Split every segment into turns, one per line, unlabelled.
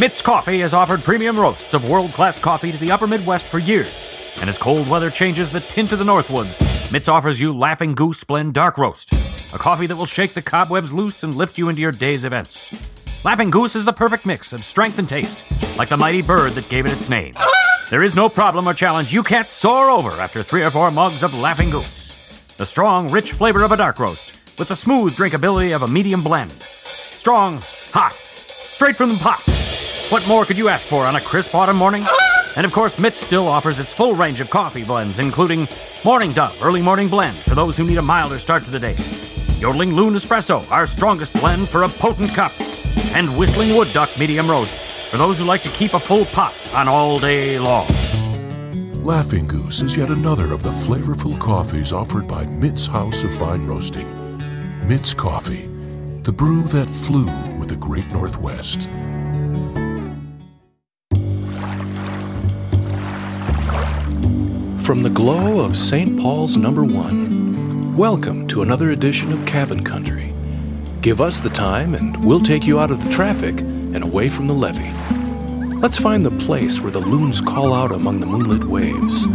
Mitts Coffee has offered premium roasts of world class coffee to the upper Midwest for years. And as cold weather changes the tint of the Northwoods, Mitts offers you Laughing Goose Blend Dark Roast, a coffee that will shake the cobwebs loose and lift you into your day's events. Laughing Goose is the perfect mix of strength and taste, like the mighty bird that gave it its name. There is no problem or challenge you can't soar over after three or four mugs of Laughing Goose. The strong, rich flavor of a dark roast, with the smooth drinkability of a medium blend. Strong, hot, straight from the pot. What more could you ask for on a crisp autumn morning? And of course, Mitts still offers its full range of coffee blends, including Morning Dove Early Morning Blend for those who need a milder start to the day, Yodeling Loon Espresso, our strongest blend for a potent cup, and Whistling Wood Duck Medium Roast for those who like to keep a full pot on all day long.
Laughing Goose is yet another of the flavorful coffees offered by Mitt's House of Fine Roasting. Mitt's Coffee, the brew that flew with the Great Northwest.
From the glow of St. Paul's number one, welcome to another edition of Cabin Country. Give us the time and we'll take you out of the traffic and away from the levee. Let's find the place where the loons call out among the moonlit waves,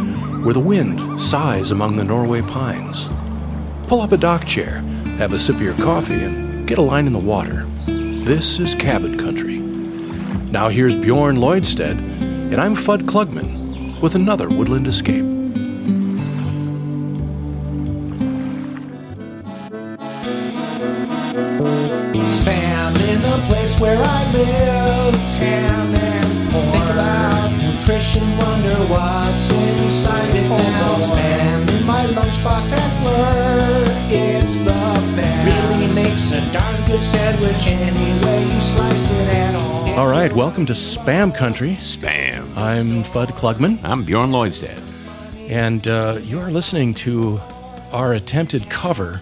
where the wind sighs among the Norway pines. Pull up a dock chair, have a sip of your coffee, and get a line in the water. This is Cabin Country. Now here's Bjorn Lloydstead, and I'm Fudd Klugman with another woodland escape.
Spam in the place where I live. Ham and pork. Think about nutrition, wonder what's inside it now. Spam in my lunchbox at work. It's the best. Really makes a darn good sandwich any way you slice it at all.
All right, welcome to Spam Country. Spam. I'm Fudd Klugman,
I'm Bjorn Lloydstead.
and uh, you're listening to our attempted cover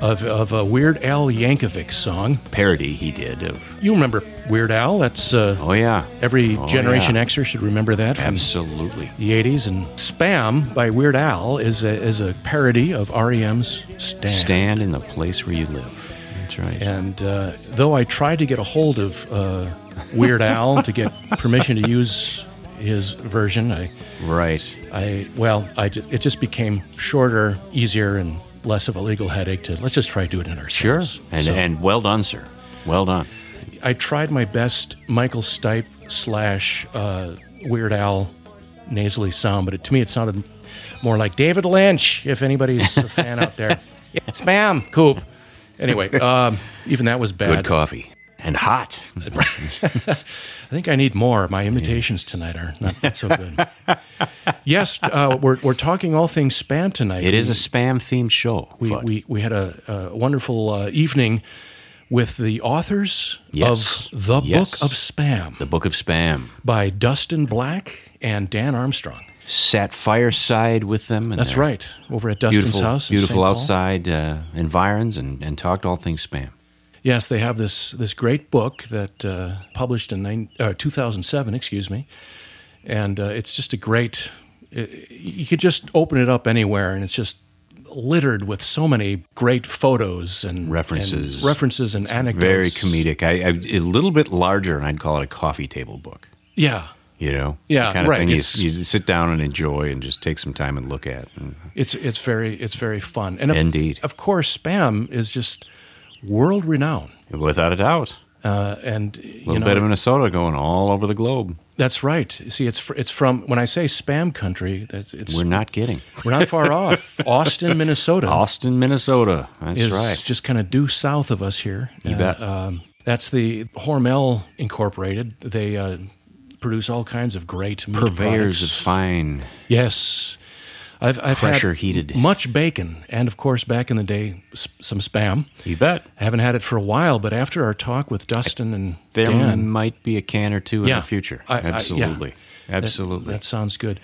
of, of a Weird Al Yankovic song.
Parody he did of.
You remember Weird Al? That's uh,
Oh, yeah.
every
Oh,
Generation
yeah.
Xer should remember that from
Absolutely.
the 80s. And Spam by Weird Al is a, is a parody of REM's Stan.
Stand in the place where you live. That's right.
And uh, though I tried to get a hold of uh, Weird Al to get permission to use his version, I.
Right.
I well, I ju- it just became shorter, easier, and less of a legal headache to let's just try doing it
Sure.
ourselves.
And,
So
and well done, sir. Well done.
I tried my best Michael Stipe slash uh, Weird Al nasally sound, but it, to me it sounded more like David Lynch. If anybody's a fan out there, spam coop. Anyway, um, even that was bad.
Good coffee. And hot.
I think I need more. My imitations tonight are not so good. yes, uh, we're, we're talking all things spam tonight.
It is a spam themed show.
we,
Fuck.
we, we had a, a wonderful uh, evening with the authors
Yes.
of The
Yes.
Book of Spam
the Book of Spam.
by Dustin Black and Dan Armstrong.
Sat fireside with them. And
That's
their
right, over at Dustin's
beautiful,
house. in St.
Beautiful
Paul.
outside uh, environs and, and talked all things spam.
Yes, they have this, this great book that uh, published in nine, uh, 2007, excuse me. And uh, it's just a great, it, you could just open it up anywhere and it's just littered with so many great photos and
References.
and references and anecdotes.
Very comedic. I, I, a little bit larger, and I'd call it a coffee table book.
Yeah.
You know,
Yeah,
The kind of
right.
thing you,
It's-
you sit down and enjoy, and just take some time and look at. And
It's it's very it's very fun. And of,
Indeed.
of course, spam is just world renowned.
Without a doubt.
Uh, and
A
you
little
know,
bit of Minnesota going all over the globe.
that's right. You See, it's fr- it's from when I say spam country, that's it's
We're not kidding.
we're not far off. Austin, Minnesota.
Austin, Minnesota. That's
is
right.
just kind of due south of us here.
You
Uh,
bet.
Um, that's the Hormel Incorporated. They uh, produce all kinds of great meat
Purveyors of
products.
fine.
Yes, I've, I've had
Pressure heated.
much bacon, and of course, back in the day, s- some spam.
You bet.
I haven't had it for a while, but after our talk with Dustin and
There
Dan,
might be a can or two in
Yeah.
the future.
I- I- yeah.
Absolutely.
That-
Absolutely.
That, sounds good.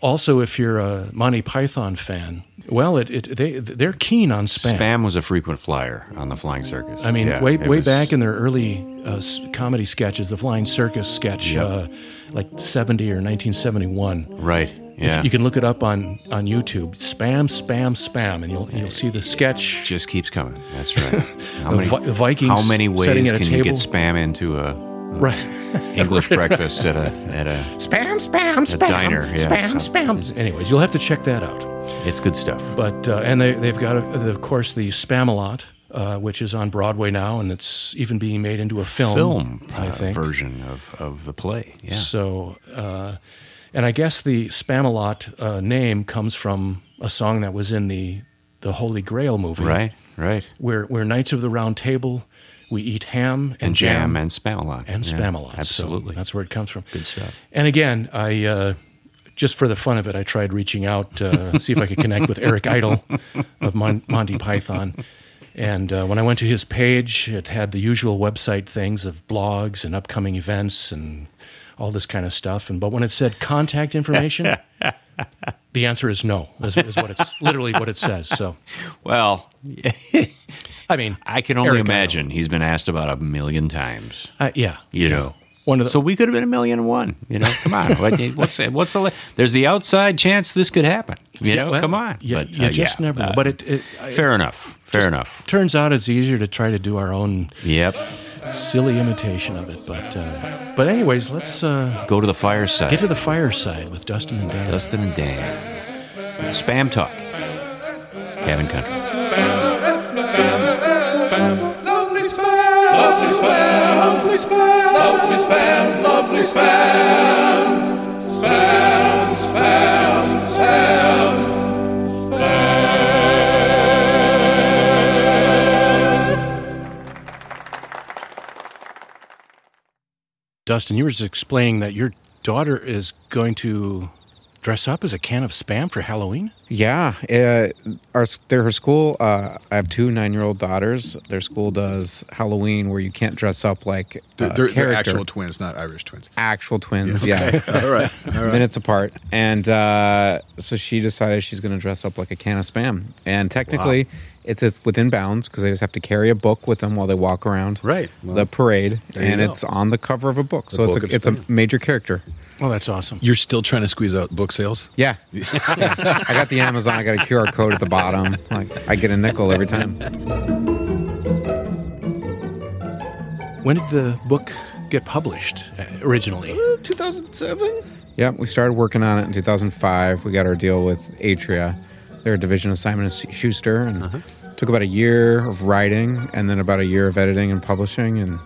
Also, if you're a Monty Python fan, well, it, it they they're keen on spam.
spam. was a frequent flyer on the Flying Circus.
I mean,
Yeah,
way
it
way
was-
back in their early uh, s- comedy sketches, the Flying Circus sketch,
Yep.
uh, like seventy or nineteen seventy one.
Right. Yeah.
You can look it up on, on YouTube. Spam, spam, spam, and you'll you'll see the sketch.
just keeps coming. That's right. How
The
many,
Vi- Vikings
how many
sitting
ways
at a
can you get
table.
spam into a
Right.
English breakfast at a at a?
spam, spam, spam.
diner, yeah,
spam,
so-
spam. Anyways, you'll have to check that out.
It's good stuff.
But uh, and they they've got uh, of course the Spamalot, uh, which is on Broadway now, and it's even being made into a film.
Film
I
uh,
think.
version of of the play. Yeah.
So, uh, and I guess the Spamalot uh, name comes from a song that was in the the Holy Grail movie,
Right. Right.
Where where Knights of the Round Table, we eat ham and,
And jam, and spam a lot.
and
Yeah,
spam a lot. So
Absolutely.
that's where it comes from.
Good stuff.
And again, I uh, just for the fun of it, I tried reaching out uh, see if I could connect with Eric Idle of Mon- Monty Python. And uh, when I went to his page, it had the usual website things of blogs and upcoming events and all this kind of stuff. And but when it said contact information, the answer is no. Is, is what it's literally what it says. So
Well,
I mean,
I can only
Eric Idle.
imagine he's been asked about a million times.
I- yeah,
You know.
One of the,
So we could have been a million and one. You know, come on. What- what's what's the there's the outside chance this could happen. You know,
well,
come on.
You,
But,
you
uh,
just
yeah,
never know.
uh,
But it, it I-
fair enough. Fair enough.
turns out it's easier to try to do our own
Yep.
silly imitation of it. But uh, but anyways, let's uh,
Go to the fireside.
get to the fireside with Dustin and Dan.
Dustin and Dan. Spam talk. Cabin country.
Lovely spam, lovely spam, lovely spam, lovely spam, lovely spam, spam, spam, spam,
Dustin, you were just explaining that your daughter is going to dress up as a can of spam for Halloween.
Yeah, uh, our they're her school. Uh, I have two nine-year-old daughters. Their school does Halloween where you can't dress up like
They're,
a
they're, they're
Uh, character.
actual twins, not Irish twins.
Actual twins. Yeah,
All right. All right.
minutes apart. And uh, so she decided she's going to dress up like a can of spam. And technically, it's, it's within bounds because they just have to carry a book with them while they walk around
Right.
the parade,
you
and
go.
it's on the cover of a book. so it's
Book of
a, it's a
Spam.
major character.
Well, Oh, that's awesome.
You're still trying to squeeze out book sales?
Yeah. Yeah. I got the Amazon. I got a QR code at the bottom. Like I get a nickel every time.
When did the book get published uh, originally?
2007?
Yeah, we started working on it in 2005. We got our deal with Atria. They're a division of Simon and Schuster, and
Uh-huh.
took about a year of writing, and then about a year of editing and publishing, and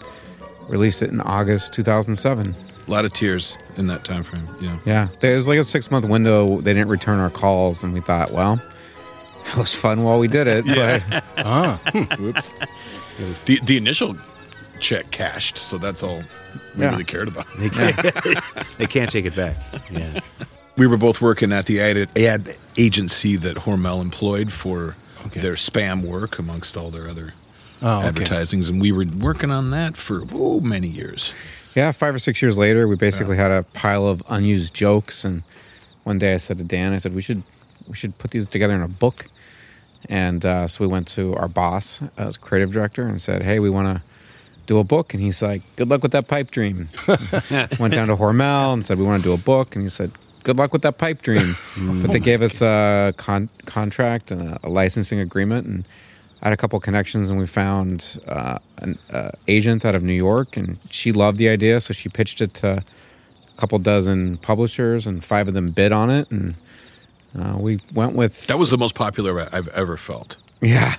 released it in August 2007.
A lot of tears in that time frame. Yeah.
Yeah, there was like a six month window. They didn't return our calls, and we thought, well, it was fun while we did it, but Ah.
Ah. Hmm.
Whoops. The, the initial check cashed, so that's all we
Yeah.
really cared about.
They can't take it back. Yeah.
We were both working at the ad, ad agency that Hormel employed for
Okay.
their spam work amongst all their other
Oh, okay.
advertisings. And we were working on that for oh, many years.
Yeah, five or six years later, we basically had a pile of unused jokes, and one day I said to Dan, I said we should we should put these together in a book, and uh, so we went to our boss, as creative director, and said, hey, we want to do a book, and he's like, good luck with that pipe dream. went down to Hormel and said we want to do a book, and he said. Good luck with that pipe dream. but they gave us a con- contract and a, a licensing agreement, and I had a couple connections, and we found uh, an uh, agent out of New York, and she loved the idea, so she pitched it to a couple dozen publishers, and five of them bid on it, and uh, we went with
That was the most popular I've ever felt.
Yeah.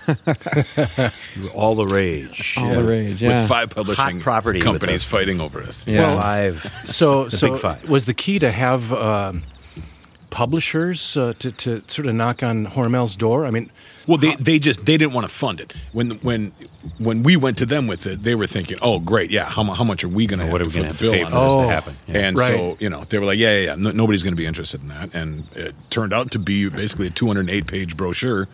All the rage.
All the rage, yeah.
With five publishing
Hot property with
companies
the-
fighting over us.
Yeah.
Well, Five.
So,
The
so
big five.
was the key to have um, publishers uh, to, to sort of knock on Hormel's door? I mean,
Well, they, they just they didn't want to fund it. When when when we went to them with it, they were thinking, "Oh, great, yeah. How, mu- how much are we going to?
What are we
going
going to have to pay for this to happen? Yeah.
And
Right.
so you know they were like, "Yeah, yeah, yeah. No, nobody's going to be interested in that." And it turned out to be basically a 208 page brochure.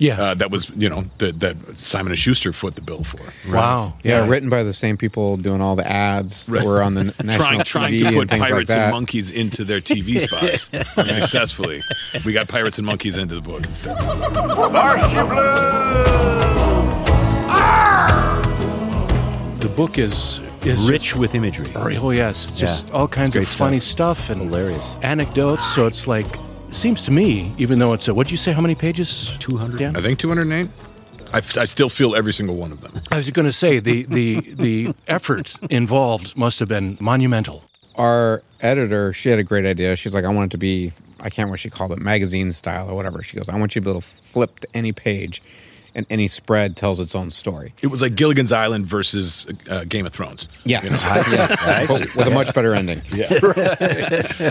yeah,
Uh, that was you know that, that Simon and Schuster foot the bill for.
wow,
Yeah, written by the same people doing all the ads that
Right.
were on the n- national
trying
TV
trying to
and
put
things like
pirates
that.
and monkeys into their TV spots successfully. We got pirates and monkeys into the book instead.
The book is is
Rich with imagery.
Oh yes, it's
Yeah.
just all kinds of
Great
funny stuff and
Hilarious.
anecdotes. So it's like seems to me, even though it's a what'd you say? How many pages?
200.
Dan?
I think 208. I, f- I still feel every single one of them.
I was going to say the the the effort involved must have been monumental.
Our editor, she had a great idea. She's like, I want it to be, I can't remember what she called it, magazine style or whatever. She goes, I want you to be able to flip to any page and any spread tells its own story.
It was like Gilligan's Island versus uh, Game of Thrones.
Yes. Ah, Yes. But with a much better ending.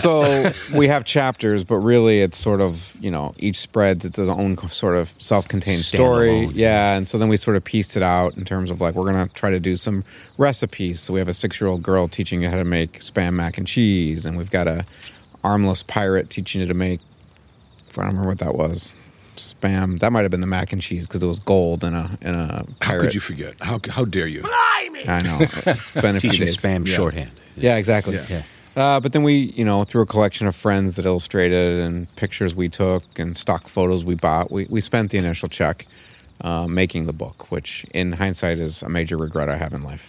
so we have chapters, but really it's sort of, you know, each spreads its own co- sort of self contained story.
Standalone.
Yeah. And so then we sort of pieced it out in terms of like, we're going to try to do some recipes. So we have a six year old girl teaching you how to make spam mac and cheese, and we've got a armless pirate teaching you to make, I don't remember what that was. Spam. That might have been the mac and cheese because it was gold and a and a pirate.
How could you forget? How, how dare you?
I know. It's been a few
Teaching
days.
spam shorthand.
Yeah, exactly.
Yeah.
Uh, but then we, you know, through a collection of friends that illustrated and pictures we took and stock photos we bought, we, we spent the initial check uh, making the book, which in hindsight is a major regret I have in life.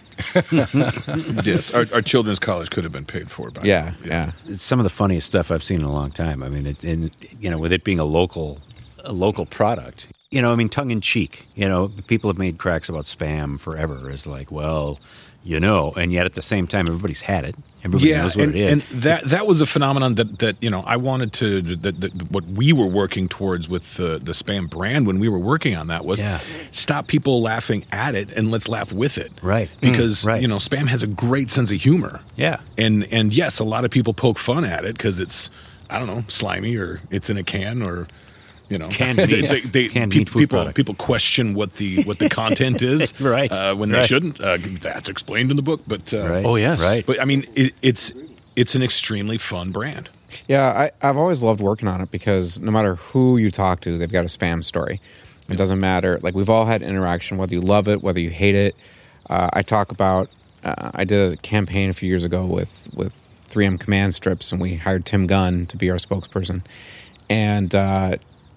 yes, our, our children's college could have been paid for by
Yeah,
now.
yeah.
It's some of the funniest stuff I've seen in a long time. I mean, it, and you know, with it being a local, a local product, you know, I mean, tongue in cheek. You know, people have made cracks about spam forever. Is like, well, you know, and yet at the same time, everybody's had it. Everybody
Yeah,
knows what
and,
it is.
and that that was a phenomenon that, that you know I wanted to that, that what we were working towards with the the spam brand when we were working on that was
Yeah.
stop people laughing at it and let's laugh with it
Right. Mm,
because
right.
you know spam has a great sense of humor
Yeah.
and and yes a lot of people poke fun at it because it's I don't know slimy or it's in a can or you know
Canned
they,
meat.
they, they-
Canned
pe-
meat food
people
product.
people question what the what the content is
Right.
uh, when they
Right.
shouldn't uh, that's explained in the book but uh,
right?
Oh, yes.
Right.
but I mean, it, it's it's an extremely fun brand.
Yeah, I, I've always loved working on it because no matter who you talk to, they've got a spam story. It doesn't matter. Like we've all had interaction, whether you love it, whether you hate it. Uh, I talk about. Uh, I did a campaign a few years ago with with 3M Command Strips, and we hired Tim Gunn to be our spokesperson. And uh,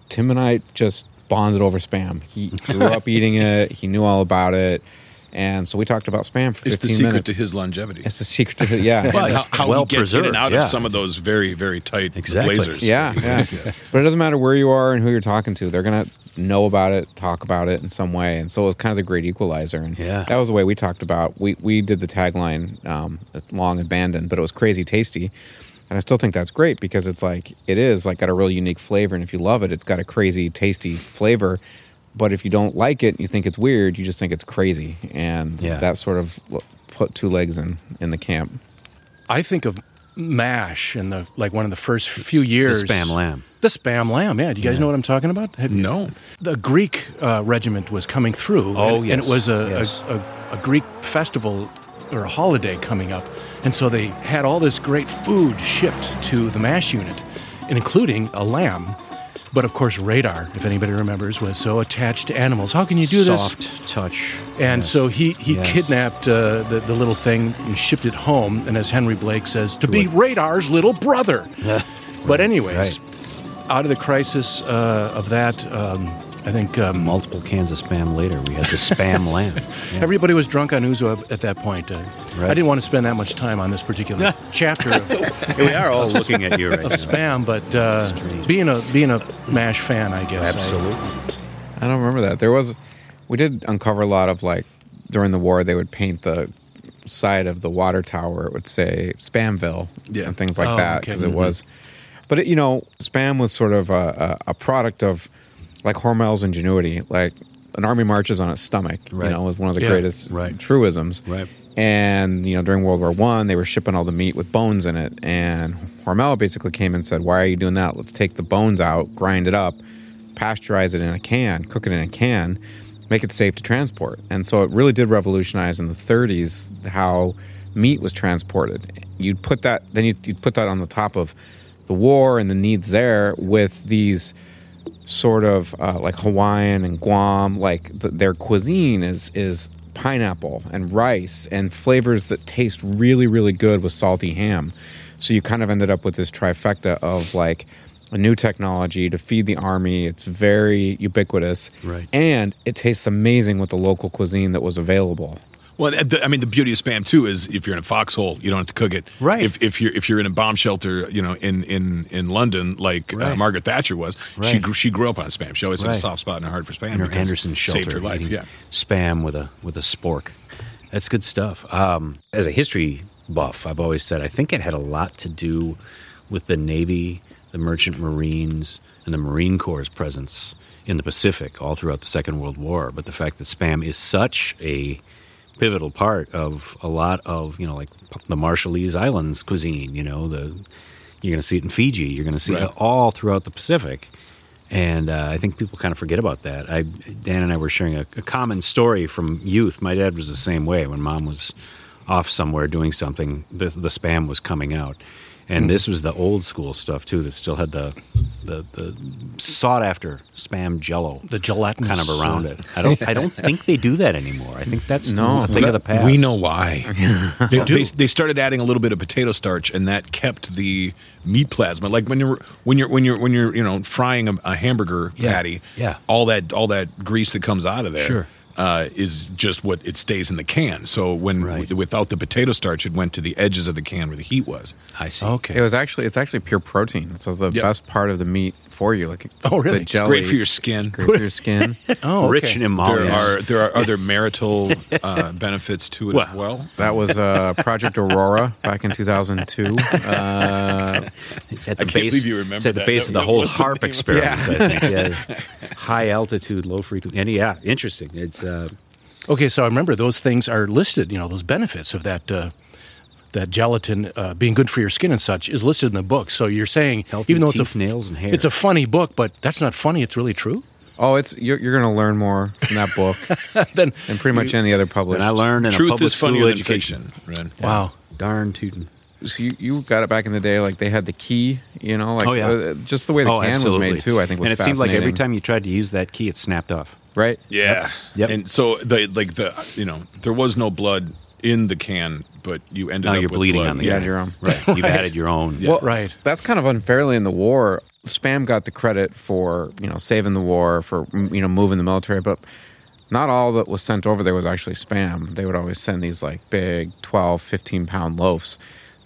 Tim and I just bonded over spam. He grew up eating it. He knew all about it, and so we talked about spam for 15
It's the secret
minutes.
to his longevity.
it's the secret to yeah.
And
Well,
how,
it's
how
well
he gets in and
preserved,
out
yeah.
of some of those very very tight
Exactly.
lasers.
Yeah, yeah. but it doesn't matter where you are and who you're talking to. They're gonna know about it, talk about it in some way, and so it was kind of the great equalizer. And
Yeah.
that was the way we talked about. We we did the tagline um, "Long Abandoned," but it was crazy tasty, and I still think that's great because it's like it is like got a real unique flavor, and if you love it, it's got a crazy tasty flavor. But if you don't like it and you think it's weird, you just think it's crazy, and
Yeah.
that sort of l- put two legs in in the camp.
I think of Mash in the like one of the first few years.
Spam Lamb.
The spam lamb. Yeah. Do you guys know what I'm talking about? Have you-
No.
The Greek uh, regiment was coming through.
Oh,
and, and it
yes,
was a,
yes.
a, a, a Greek festival or a holiday coming up, and so they had all this great food shipped to the Mash unit, including a lamb. But of course, radar, if anybody remembers, was so attached to animals. How can you do this?
Soft touch.
And
Yes.
so he, he
Yes.
kidnapped uh, the, the little thing and shipped it home, and as Henry Blake says, to be Radar's little brother. but, anyways, out of the crisis uh, of that, um, I think um,
multiple cans of spam later, we had the spam lamb. Yeah.
everybody was drunk on Uzo at that point. Uh,
Right.
I didn't want to spend that much time on this particular chapter of, of
we are all looking at you right now.
spam, but uh,
Strange.
being a being a MASH fan, I guess. I-
Absolutely.
I don't remember that. There was, we did uncover a lot of like during the war they would paint the side of the water tower. It would say Spamville
Yeah.
and things like
Oh,
that
okay.
because it was. But it, you know, spam was sort of a, a, a product of like Hormel's ingenuity. Like an army marches on its stomach.
Right.
You know, was one of the
Yeah,
greatest truisms. Right. And you know, during World War One, they were shipping all the meat with bones in it, and Hormel basically came and said, "Why are you doing that? Let's take the bones out, grind it up, pasteurize it in a can, cook it in a can, make it safe to transport." And so it really did revolutionize in the 30s how meat was transported. You'd put that, then you'd, you'd put that on the top of the war and the needs there with these sort of uh, like Hawaiian and Guam, like th their cuisine is is pineapple and rice and flavors that taste really really good with salty ham. So you kind of ended up with this trifecta of like a new technology to feed the army. It's very ubiquitous, right? And it tastes amazing with the local cuisine that was available.
Well, th- th- I mean, the beauty of spam too is if you're in a foxhole, you don't have to cook it. Right. If, if you're if you're in a bomb shelter, you know, in in in London, like uh,
Right.
Margaret Thatcher was, she
Right.
gr- she grew up on spam. She always had a
Right.
soft spot in her heart for spam.
in her
because
Anderson
it
shelter,
saved her life.
eating
Yeah.
spam with a with a spork. That's good stuff. Um, as a history buff, I've always said I think it had a lot to do with the Navy, the Merchant Marines, and the Marine Corps' presence in the Pacific all throughout the Second World War. But the fact that spam is such a pivotal part of a lot of you know like the Marshallese Islands cuisine. You know the you're going to see it in Fiji. You're going to see
Right.
it all throughout the Pacific. And uh, I think people kind of forget about that. I, Dan and I were sharing a, a common story from youth. My dad was the same way. When mom was off somewhere doing something, the, the spam was coming out.
Hmm.
And this was the old school stuff too, that still had the the, the sought after spam jello, the gelatin kind of around
uh,
it. I don't I don't think they do that anymore. I think that's a thing of the past.
We know why. they,
do.
They, they started adding a little bit of potato starch, and that kept the meat plasma. Like when you're when you're when you're when you're you know frying a, a hamburger
Yeah.
patty,
Yeah.
all that all that grease that comes out of there is
Sure.
Uh, is just what it stays in the can. So when without the potato starch, it went to the edges of the can where the heat was.
I see.
Okay,
It was actually it's actually pure protein. It's the best part of the meat for you. Like
Oh, really?
The
It's
jelly,
great for your skin.
Great for your skin.
Oh,
Rich okay. in emollients.
There are there are other marital uh, benefits to it as well.
That was uh, Project Aurora back in 2002. Uh,
It's at the base, it's at the base of the whole harp experiment. I think. Yeah. High altitude, low frequency. And yeah, interesting. It's uh,
Okay, so I remember those things are listed. You know, those benefits of that uh, that gelatin uh, being good for your skin and such is listed in the book. So you're saying, even though it's
teeth,
a,
nails, and hair.
it's a funny book, but that's not funny. It's really true.
Oh, it's you're, you're going to learn more from that book
than
and pretty much any other published.
And I learned in a public school education.
Yeah.
darn tootin'.
So you, you got it back in the day, like they had the key, you know, like
oh yeah,
uh, just the way the
Oh,
can
absolutely.
was made too. I think was
and it seemed like every
fascinating.
time you tried to use that key, it snapped off.
right?
Yeah. And so the like the you know there was no blood in the can, but you ended
Now
up
you're
with
bleeding
blood.
on the
You
can.
had your own.
Right. You've added your own.
Well, right. That's kind of unfairly in the war. Spam got the credit for you know saving the war for m- you know moving the military, but not all that was sent over there was actually spam. They would always send these like big 12, 15 pound loaves,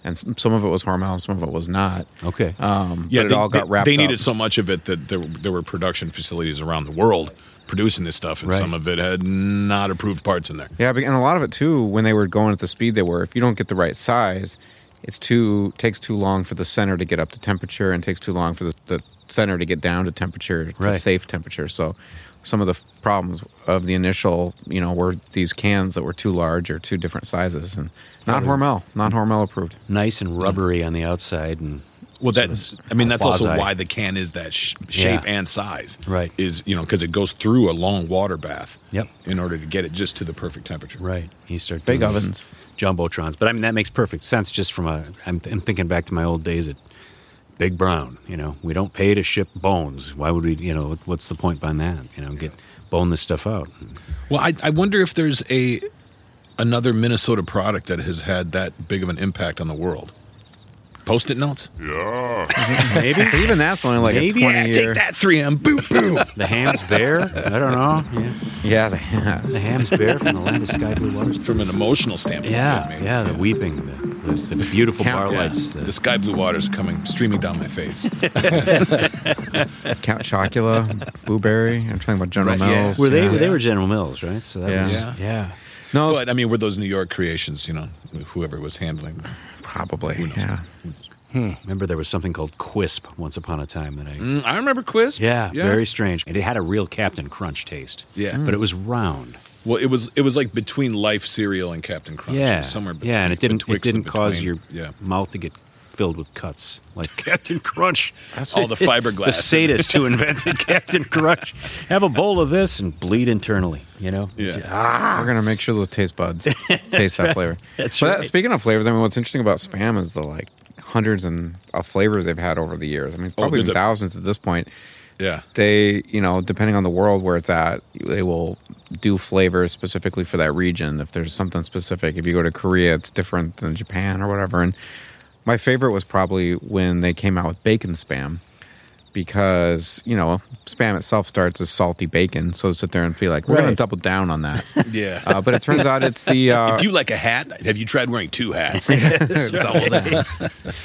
and s- some of it was Hormel, some of it was not.
Okay.
Um,
Yeah,
but it
they,
all got
they,
wrapped.
They
up.
needed so much of it that there, there were production facilities around the world producing this stuff, and
Right.
some of it had not approved parts in there.
Yeah, but- and a lot of it too, when they were going at the speed they were, if you don't get the right size, it's too takes too long for the center to get up to temperature, and takes too long for the, the center to get down to temperature, to
Right.
safe temperature. So, some of the f- problems of the initial, you know, were these cans that were too large or two different sizes, and not
Probably.
Hormel, not Hormel approved.
Nice and rubbery on the outside, and
Well, that I mean, that's also
quasi-
why the can is that sh- shape
Yeah.
and size.
Right.
Is you know because it goes through a long water bath.
Yep.
In order to get it just to the perfect temperature.
Right. You start
Big
doing those
ovens.
jumbotrons. But I mean that makes perfect sense. Just from a, I'm, I'm thinking back to my old days at Big Brown. You know, we don't pay to ship bones. Why would we? You know, what's the point behind that? You know, get bone this stuff out.
Well, I, I wonder if there's a another Minnesota product that has had that big of an impact on the world. Post-it notes. Yeah.
Maybe
even that's only like
Maybe.
a twenty
Yeah,
year.
take that 3M. Boom, boom.
The ham's bear. I don't know. Yeah.
Yeah, the ham.
The ham's bear from the land of sky blue waters.
From an emotional standpoint.
Yeah, yeah, the weeping, the, the, the beautiful bar
Yeah.
lights.
The sky blue water's coming streaming down my face.
Count Chocula, Blueberry. I'm talking about General
Right, yeah.
Mills.
Were they-
yeah.
they were
General Mills, right? So that
Yeah.
was
Yeah.
yeah.
No,
but I mean, were those New York creations? You know, whoever was handling.
Probably. Yeah.
Hmm.
Remember, there was something called Quisp once upon a time that I.
Mm, I remember Quisp.
Yeah, very strange. And it had a real Captain Crunch taste.
Yeah.
But it was round.
Well, it was it was like between Life cereal and Captain Crunch. It
yeah,
was somewhere between.
yeah, and it didn't it
betwixt and
didn't cause
between.
your
yeah.
mouth to get filled with cuts like Captain Crunch.
That's all the fiberglass.
the sadist who invented Captain Crunch. Have a bowl of this and bleed internally. You know.
Ah.
We're gonna make sure those taste buds taste that
right.
flavor.
That's
but
right.
Speaking of flavors, I mean, what's interesting about spam is the like hundreds and of flavors they've had over the years. I mean,
Oh,
probably
there's a-
thousands at this point.
Yeah.
They, you know, depending on the world where it's at, they will do flavors specifically for that region. If there's something specific, if you go to Korea, it's different than Japan or whatever. And my favorite was probably when they came out with bacon spam because, you know, spam itself starts as salty bacon. So sit there and be like, we're going to
Right.
double down on that.
Yeah.
Uh, but it turns out it's the. Uh,
if you like a hat, have you tried wearing two hats?
Double
that.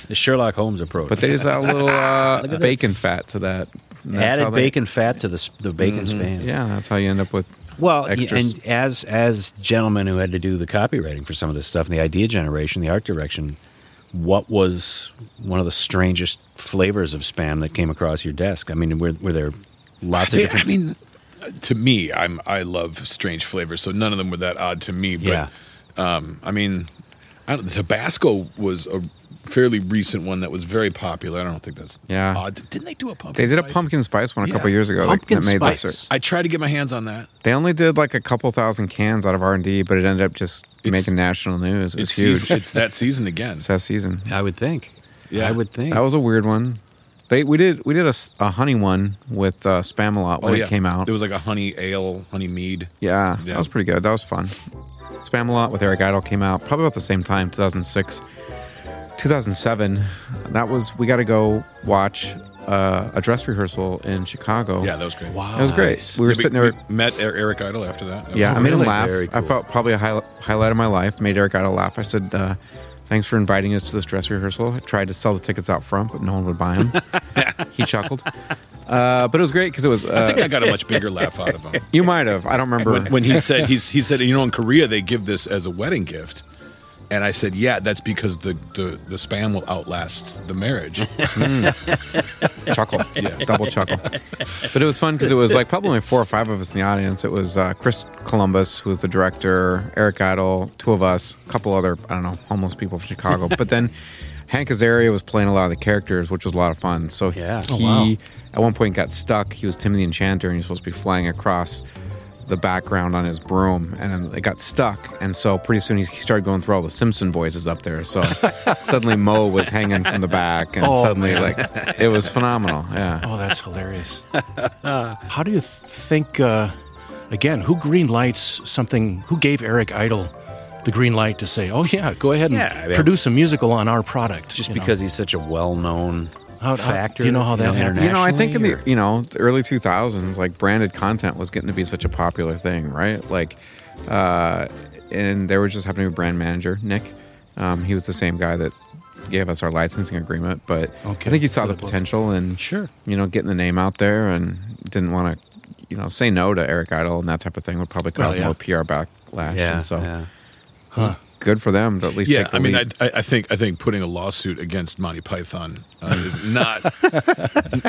The Sherlock Holmes approach.
But there's that little uh,
Look at that.
bacon fat to that. And that's how
Added
they-
bacon fat to the s- the bacon
Mhm.
spam.
Yeah, that's how you end up with.
Well, y-
extras.
and as as gentlemen who had to do the copywriting for some of this stuff, and the idea generation, the art direction, what was one of the strangest flavors of spam that came across your desk? I mean, were, were there lots of
Yeah,
different?
I mean, to me, I'm I love strange flavors, so none of them were that odd to me. But
Yeah.
um, I mean, I don't, Tabasco was a fairly recent one that was very popular. I don't think that's
Yeah.
odd. Didn't they do a pumpkin?
They did a
spice?
pumpkin spice one a
Yeah.
couple years ago. that- that made this-
I tried to get my hands on that.
They only did like a couple thousand cans out of R and D, but it ended up just making national news. It was
it's
huge.
season- it's that season again.
It's that season.
I would think.
Yeah.
I would think.
That was a weird one. They we did we did a, s- a honey one with uh, spam a lot
Oh,
when it came out.
Oh, It was like a honey ale, honey mead.
Yeah,
Yeah.
that was pretty good. That was fun. Spam a lot with Eric Idle came out probably about the same time, 2006, 2007. That was we got to go watch uh, a dress rehearsal in Chicago.
Yeah, that was great.
Oh. That was great. We were
Yeah,
sitting there.
we met Er- Eric Idle after that. That
yeah,
was
I made
really
him laugh.
very
I
cool.
felt probably a high, highlight of my life. Made Eric Idle laugh. I said, uh, "Thanks for inviting us to this dress rehearsal." I tried to sell the tickets out front, but no one would buy them. he chuckled, uh, but it was great because it was. Uh,
I think I got a much bigger laugh out of him.
You might have. I don't remember
when, when he said he's, he said you know in Korea they give this as a wedding gift, and I said yeah that's because the the, the spam will outlast the marriage.
Mm. Hmm. chuckle,
Yeah.
double chuckle. But it was fun because it was like probably only four or five of us in the audience. It was uh, Chris Columbus, who was the director, Eric Idle, two of us, a couple other I don't know homeless people from Chicago. but then Hank Azaria was playing a lot of the characters, which was a lot of fun. So yeah. he
Oh, wow.
at one point got stuck. He was Timothy the Enchanter, and he was supposed to be flying across the background on his broom and then it got stuck and so pretty soon he he started going through all the simpson voices up there so suddenly mo was hanging from the back and
Oh,
suddenly
man.
like it was phenomenal yeah
Oh, that's hilarious. How do you think, uh, again, who green lights something? Who gave Eric Idle the green light to say, oh, yeah, go ahead and
Yeah, I mean-
produce a musical on our product?
just
you know?
because he's such a well-known
How- how-
factor.
do you know how that happened?
you know i think in
internationally,
the you know the early 2000s like branded content was getting to be such a popular thing right like uh and there was just happening to be a brand manager nick um he was the same guy that gave us our licensing agreement but i
Okay,
think he saw
for
the
the book.
potential and
Sure.
you know getting the name out there and didn't want to you know say no to eric idle and that type of thing would probably cause
Well, yeah.
more pr backlash
Yeah,
and so
yeah.
Huh.
good for them to at least
yeah,
take the
I mean, I,
lead.
I I think I think putting a lawsuit against Monty Python uh, is not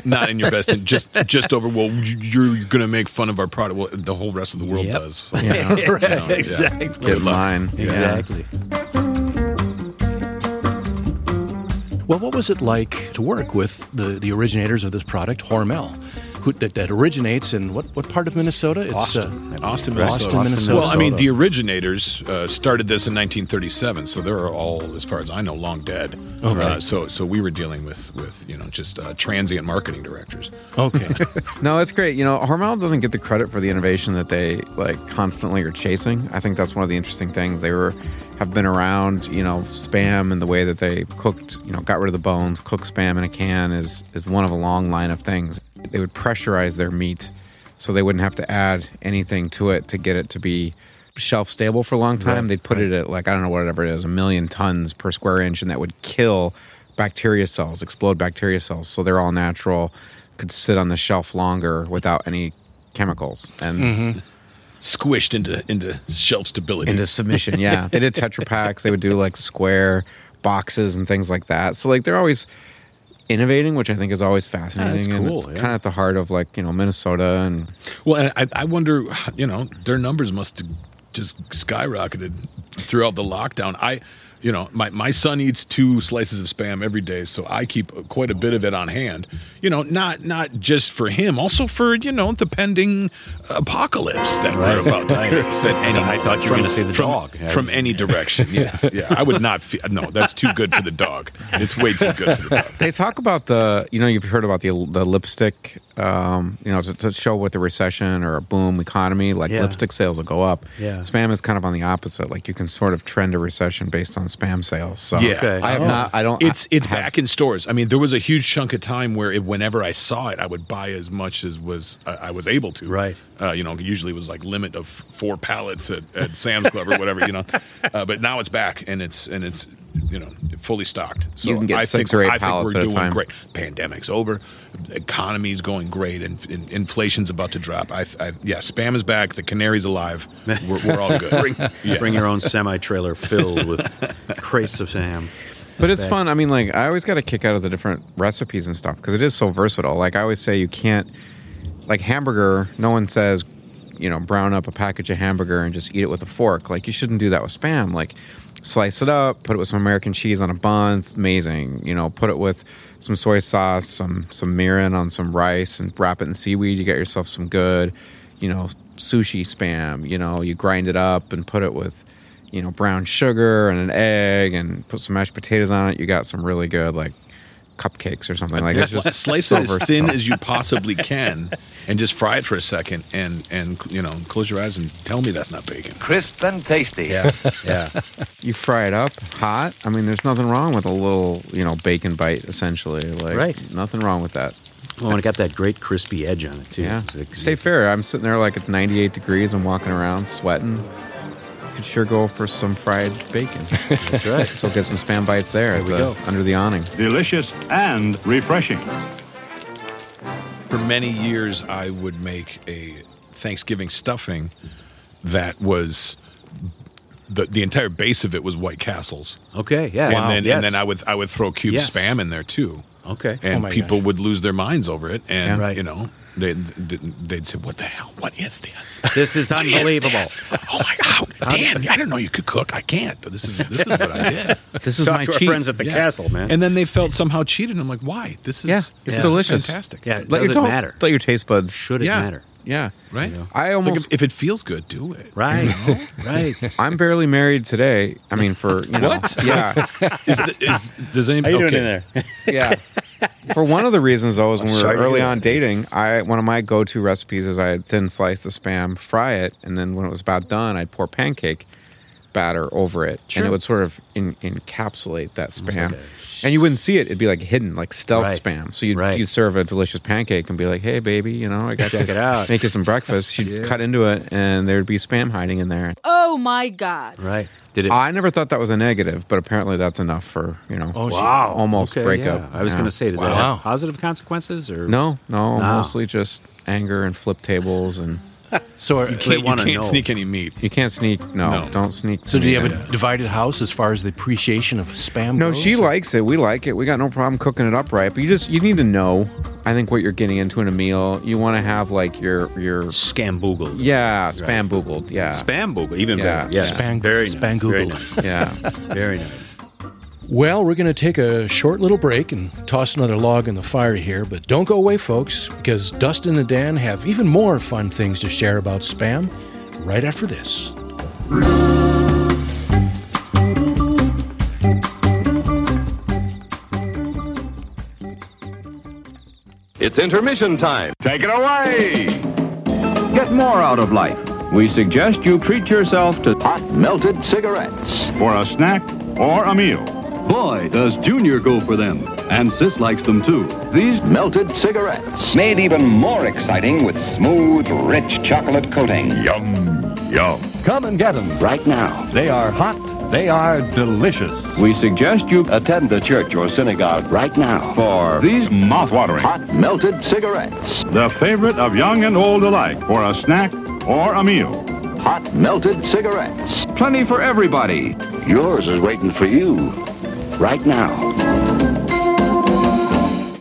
not in your best. in- Just just over. Well, you- you're going to make fun of our product. Well, the whole rest of the world
Yep.
does. So,
Yeah.
you know,
Right,
yeah.
exactly.
Good luck.
Mine.
Yeah.
Exactly.
Well, what was it like to work with the, the originators of this product, Hormel, who, that, that originates in what, what part of Minnesota? It's
Austin.
Uh,
Austin,
Right.
Minnesota.
Austin, Minnesota.
Well, I mean, the originators uh, started this in 1937, so they're all, as far as I know, long dead.
Okay.
Uh, so, so we were dealing with with you know just uh, transient marketing directors.
okay.
No, that's great. You know, Hormel doesn't get the credit for the innovation that they like constantly are chasing. I think that's one of the interesting things. They were have been around, you know, spam and the way that they cooked, you know, got rid of the bones, cooked spam in a can is is one of a long line of things. They would pressurize their meat so they wouldn't have to add anything to it to get it to be shelf stable for a long time. They'd put it at like I don't know whatever it is, a million tons per square inch, and that would kill bacteria cells, explode bacteria cells. So they're all natural, could sit on the shelf longer without any chemicals and
Squished into into Mm-hmm. shelf stability.
into submission. Yeah, they did Tetra packs. They would do like square boxes and things like that. So like they're always innovating, which I think is always fascinating.
cool,
and
yeah.
kind of at the heart of like, you know, Minnesota and
Well, and I, I wonder, you know, their numbers must have just skyrocketed throughout the lockdown. I, you know, my, my son eats two slices of spam every day, so I keep quite a bit of it on hand. You know, not not just for him, also for you know the pending apocalypse that
Right,
we're about to
right.
face. at any-
I thought you were
from-
gonna say the
from,
dog.
from any direction. Yeah, yeah. I would not. Fe- no, that's too good for the dog. It's way too good for the dog.
they talk about the you know you've heard about the the lipstick um, you know to, to show with the recession or a boom economy like
Yeah.
lipstick sales will go up
Yeah.
spam is kind of on the opposite like you can sort of trend a recession based on spam sales so
yeah,
i
Oh.
have not i don't
It's it's back in stores. I mean, there was a huge chunk of time where it, whenever I saw it, I would buy as much as was uh, I was able to. Right. Uh, you know, usually it was like limit of four pallets at, at Sam's Club or whatever. You know, uh, but now it's back and it's and it's you know fully stocked. So
You can get
I
six
think,
or eight
I think we're
pallets at a
doing
time.
great. Pandemic's over. The economy's going great, and, and inflation's about to drop. I, I yeah, spam is back. The canary's alive. We're, we're all good.
Bring,
Yeah.
bring your own semi trailer filled with crates of Sam.
But it's
Right.
fun. I mean, like I always got a kick out of the different recipes and stuff because it is so versatile. Like I always say, you can't like hamburger. No one says, you know, brown up a package of hamburger and just eat it with a fork. Like you shouldn't do that with spam. Like slice it up, put it with some American cheese on a bun. It's amazing. You know, put it with some soy sauce, some some mirin on some rice, and wrap it in seaweed. You get yourself some good, you know, sushi spam. You know, you grind it up and put it with you know brown sugar and an egg and put some mashed potatoes on it you got some really good like cupcakes or something like it's
Sli-
just
slice
so
it as
versatile.
thin as you possibly can, and just fry it for a second, and and you know, close your eyes and tell me that's not bacon.
Crisp and tasty.
Yeah,
yeah you fry it up hot i mean there's nothing wrong with a little you know bacon bite essentially like
Right.
nothing wrong with that
Well, and it got that great crispy edge on it too.
yeah stay fair i'm sitting there like at 98 degrees and walking around sweating could sure go for some fried bacon that's
right.
so get some spam bites there at
we
the-
go.
under the awning
Delicious and refreshing.
For many years, I would make a Thanksgiving stuffing that was the the entire base of it was White Castles.
Okay. Yeah.
and
Wow,
then
yes.
and then I would I would throw cube
Yes.
spam in there too.
Okay. Oh
and
my
people would lose their minds over it, and
Yeah. Right.
you know. They, they'd say, "What the hell? What is this?
This is
What
unbelievable.
this? Oh my god, Dan! I didn't know you could cook. I can't, but this is this is what I did.
This is Talk my to our cheat. friends at the castle, man.
And then they felt somehow cheated. I'm like, why? This is
yeah,
this
it's
is
delicious.
fantastic.
Let your don't- Let your taste buds. Should
it Yeah. matter?
Yeah.
Right.
I
It's like,
almost-
if, if it feels good, do it.
Right.
right.
I'm barely married today. I mean, for you know,
What?
Yeah.
Is the, is, does anybody?
How you doing
okay.
in there? Yeah. For one of the reasons, though, is when
I'm
we were
sorry to
early
hear
on dating, I one of my go-to recipes is I thin slice the spam, fry it, and then when it was about done, I'd pour pancake batter over it,
Sure.
and it would sort of in, encapsulate that spam.
like
and you wouldn't see it; it'd be like hidden, like stealth
Right.
spam. So you'd, you'd serve a delicious pancake and be like, "Hey, baby, you know, I got
Check
you-
it out."
Make you some breakfast." She'd cut into it, and there'd be spam hiding in there.
Oh my God.
Right. Did
it? I never thought that was a negative, but apparently that's enough for you know.
Oh, she-
Almost
Okay,
breakup.
yeah. I was going to say, did that
Wow.
have positive consequences or
No, no, mostly just anger and flip tables and.
So are-
You can't- They wanna you can't know. sneak
any meat.
You can't sneak. No,
No.
don't sneak.
So do you
meat
have
in.
a divided house as far as the appreciation of spam?
No,
goes?
she likes it. We like it. We got no problem cooking it up right. But you just you need to know. I think what you're getting into in a meal. You want to have like your your
scamboogled.
Yeah,
Right.
spamboogled. Yeah,
Spamboogled, even better. Yes.
Spang-
very nice.
Spangoogled.
Very nice.
Yeah.
very nice.
Well, we're going to take a short little break and toss another log in the fire here, but don't go away, folks, because Dustin and Dan have even more fun things to share about spam right after this.
It's intermission time. Take it away! Get more out of life. We suggest you treat yourself to hot melted cigarettes. For a snack or a meal. Boy, does Junior go for them. And Sis likes them too. These melted cigarettes. Made even more exciting with smooth, rich chocolate coating. Yum, yum. Come and get them right now. They are hot. They are delicious. We suggest you attend the church or synagogue right now for these mouth-watering hot melted cigarettes.
The favorite of young and old alike for a snack or a meal.
Hot melted cigarettes. Plenty for everybody. Yours is waiting for you. right now.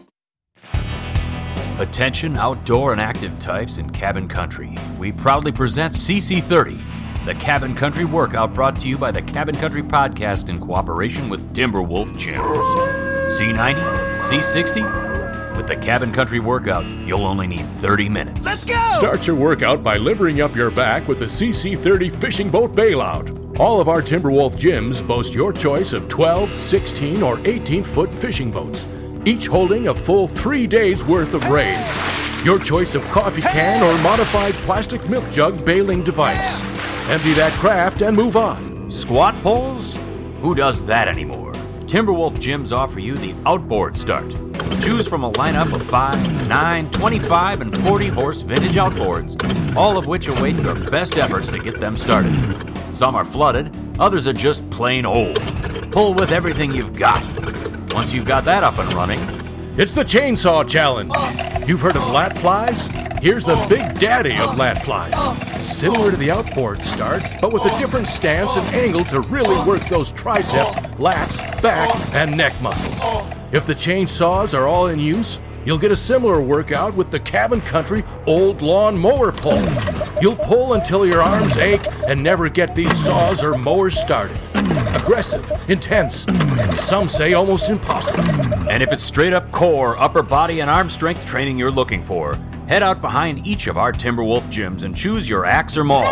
Attention outdoor and active types in Cabin Country. We proudly present CC30, the Cabin Country workout brought to you by the Cabin Country podcast in cooperation with Timberwolf Gyms. C90, C60. With the Cabin Country workout, you'll only need 30 minutes.
Let's go! Start your workout by limbering up your back with the CC30 Fishing Boat Bailout. All of our Timberwolf gyms boast your choice of 12, 16, or 18 foot fishing boats, each holding a full three days worth of rain. Your choice of coffee can or modified plastic milk jug bailing device. Empty that craft and move on.
Squat poles? Who does that anymore? Timberwolf gyms offer you the outboard start. Choose from a lineup of 5, 9, 25, and 40 horse vintage outboards, all of which await your best efforts to get them started. Some are flooded, others are just plain old. Pull with everything you've got. Once you've got that up and running,
It's the Chainsaw Challenge. You've heard of lat flies? Here's the big daddy of lat flies. Similar to the outboard start, but with a different stance and angle to really work those triceps, lats, back, and neck muscles. If the chainsaws are all in use, you'll get a similar workout with the Cabin Country Old Lawn Mower Pull. You'll pull until your arms ache and never get these saws or mowers started. Aggressive, intense, and some say almost impossible.
And if it's straight up core, upper body, and arm strength training you're looking for, head out behind each of our Timberwolf gyms and choose your axe or maul.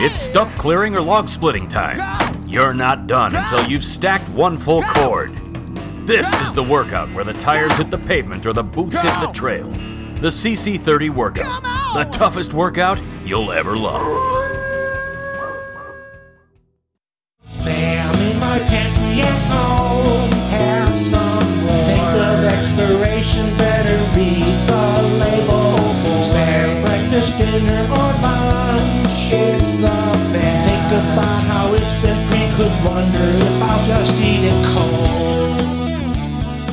It's stump clearing or log splitting time. You're not done until you've stacked one full cord. This is the workout where the tires hit the pavement or the boots hit the trail. The CC30 workout. The toughest workout you'll ever love.
Spam in my pantry at home. Have some more. Think of expiration, better read the label. Spam breakfast, dinner, or lunch. It's the best. Think about how it's been pre-cooked. Wonder if I'll just eat it cold.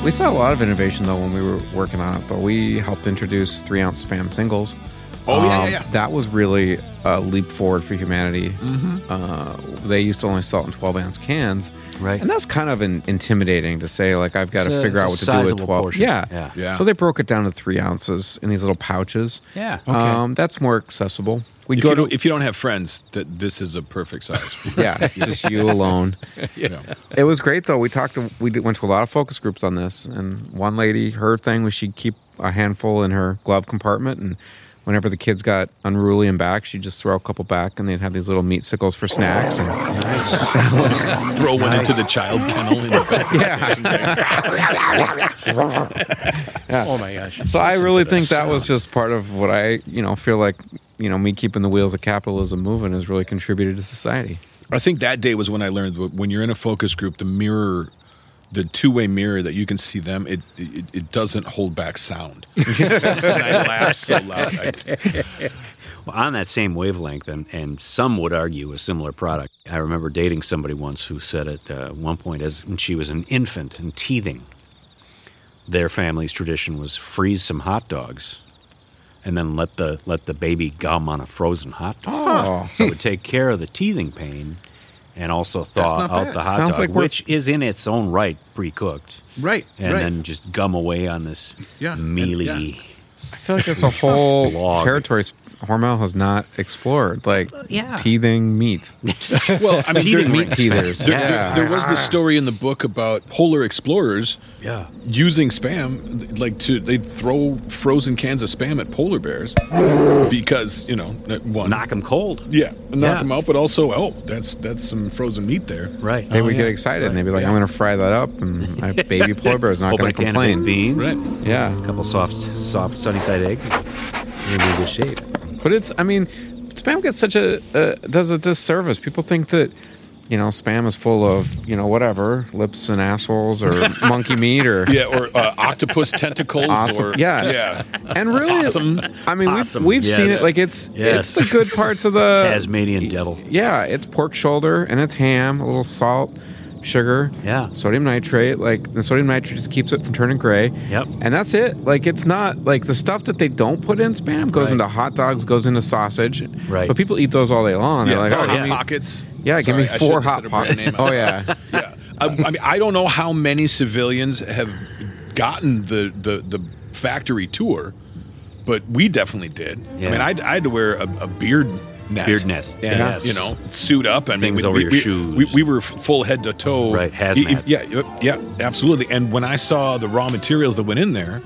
We saw a lot of innovation though when we were working on it. Though we helped introduce three ounce spam singles. Um,
Oh, yeah, yeah, yeah.
That was really a leap forward for humanity.
Mm.
Mhm.
Uh, they used to only sell it in twelve ounce cans, right? And that's kind of an intimidating to say. Like I've got
It's
to
a-
figure out what
it's
to
a
do with
sizable
twelve.
portion.
Yeah.
Yeah. Yeah.
So they broke it down to three ounces in these little pouches.
Yeah.
Okay.
Um, that's more accessible. We
if,
go
you
to
don't, if you don't have friends, that this is a perfect size.
yeah, just you alone.
Yeah.
It was great though. We talked. To, we did, went to a lot of focus groups on this, and one lady, her thing was she'd keep a handful in her glove compartment, and whenever the kids got unruly and back, she'd just throw a couple back, and they'd have these little meat sickles for snacks. And
Throw one into the child kennel. In the back.
Yeah.
Oh my gosh.
So I
Listen
really
to this.
think that was just part of what I, you know, feel like, you know, me keeping the wheels of capitalism moving has really contributed to society.
I think that day was when I learned that when you're in a focus group, the mirror, the two way mirror that you can see them, it it, it doesn't hold back sound. I laughed so loud. I-
well, on that same wavelength, and, and some would argue a similar product. I remember dating somebody once who said at uh, one point, as when she was an infant and teething, their family's tradition was freeze some hot dogs, and then let the let the baby gum on a frozen hot dog.
Oh.
So it would take care of the teething pain, and also thaw
not
out
bad.
the hot
Sounds
dog,
like we're-
which is in its own right pre cooked.
Right,
and
right.
then just gum away on this
Yeah, and-
mealy.
I feel like it's a whole
Log.
territory Hormel has not explored, like
yeah.
teething meat.
well, I mean, there-
meat teethers.
There, there-
yeah.
there was the story in the book about polar explorers
Yeah.
using spam, like to they throw frozen cans of spam at polar bears because you know that one
knock them cold.
Yeah,
Yeah.
knock them out, but also oh, that's that's some frozen meat there.
Right. Oh,
They would get excited and they'd be like, "I'm going to fry that up," and my baby polar bear is not
Open
going
a
to
can of baked
complain.
beans.
Yeah,
a couple soft, soft sunny side eggs. Maybe a good shape.
But it's, I mean, spam gets such a uh, does a disservice. People think that you know spam is full of you know whatever lips and assholes or monkey meat or
Yeah, or uh, octopus tentacles.
Awesome.
Or,
yeah, And really, I mean,
Awesome.
we've, we've seen
Yes.
it. Like it's
Yes.
it's the good parts of the
Tasmanian devil.
Yeah, it's pork shoulder and it's ham, a little salt, sugar, yeah, sodium nitrate. Like the sodium nitrate just keeps it from turning gray. Yep. And that's it. Like it's not like the stuff that they don't put in spam goes into hot dogs, goes into sausage.
Right.
But people eat those all day long.
Yeah,
They're like,
hot
oh, give me-
pockets.
Yeah,
Sorry, I
give me
shouldn't
four hot
have said a
pockets.
brand name.
Oh yeah.
yeah. I, I mean, I don't know how many civilians have gotten the the, the factory tour, but we definitely did.
Yeah.
I mean, I'd, I had to wear a, a beard net,
Beard net.
and
Yes.
you know, suit up. I mean,
Things
we,
over
we-
your
we-
shoes.
We, we were f- full head to toe,
Right,
E-
hazmat.
e- Yeah, yeah, absolutely. And when I saw the raw materials that went in there,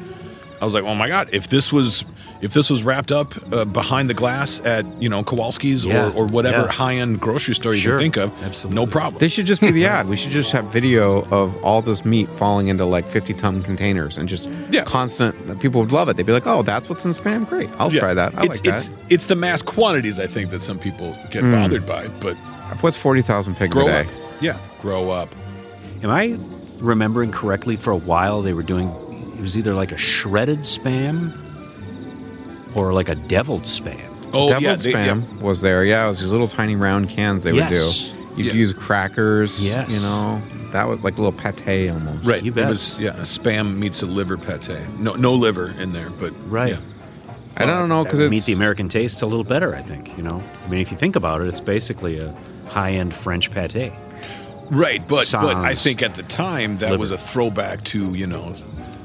I was like, oh my god, if this was if this was wrapped up uh, behind the glass at you know Kowalski's
Yeah,
or, or whatever
yeah.
high end grocery store you
Sure,
can think of, absolutely. no problem.
This should just be the ad. We should just have video of all this meat falling into like 50 ton containers and just constant. People would love it. They'd be like, oh, that's what's in spam? Great. I'll
Yeah.
try that. I
it's,
like
it's,
that.
It's the mass quantities, I think, that some people get
Mm.
bothered by. But
What's 40,000 pigs
grow
a
up.
day?
Yeah, grow up.
Am I remembering correctly? For a while, they were doing it was either like a shredded spam or like a deviled spam.
Oh,
Deviled spam was there. Yeah, it was these little tiny round cans they
Yes.
would do. You'd use crackers.
Yes.
You know, that was like a little pate almost.
Right. It was yeah, a spam meets a liver pate. No, no liver in there, but
Right.
yeah.
I don't know,
That
'cause
would
it's-
meet the American taste a little better. I think you know. I mean, if you think about it, it's basically a high-end French pate.
Right, but but I
Sans.
think at the time that
Liver.
was a throwback to you know,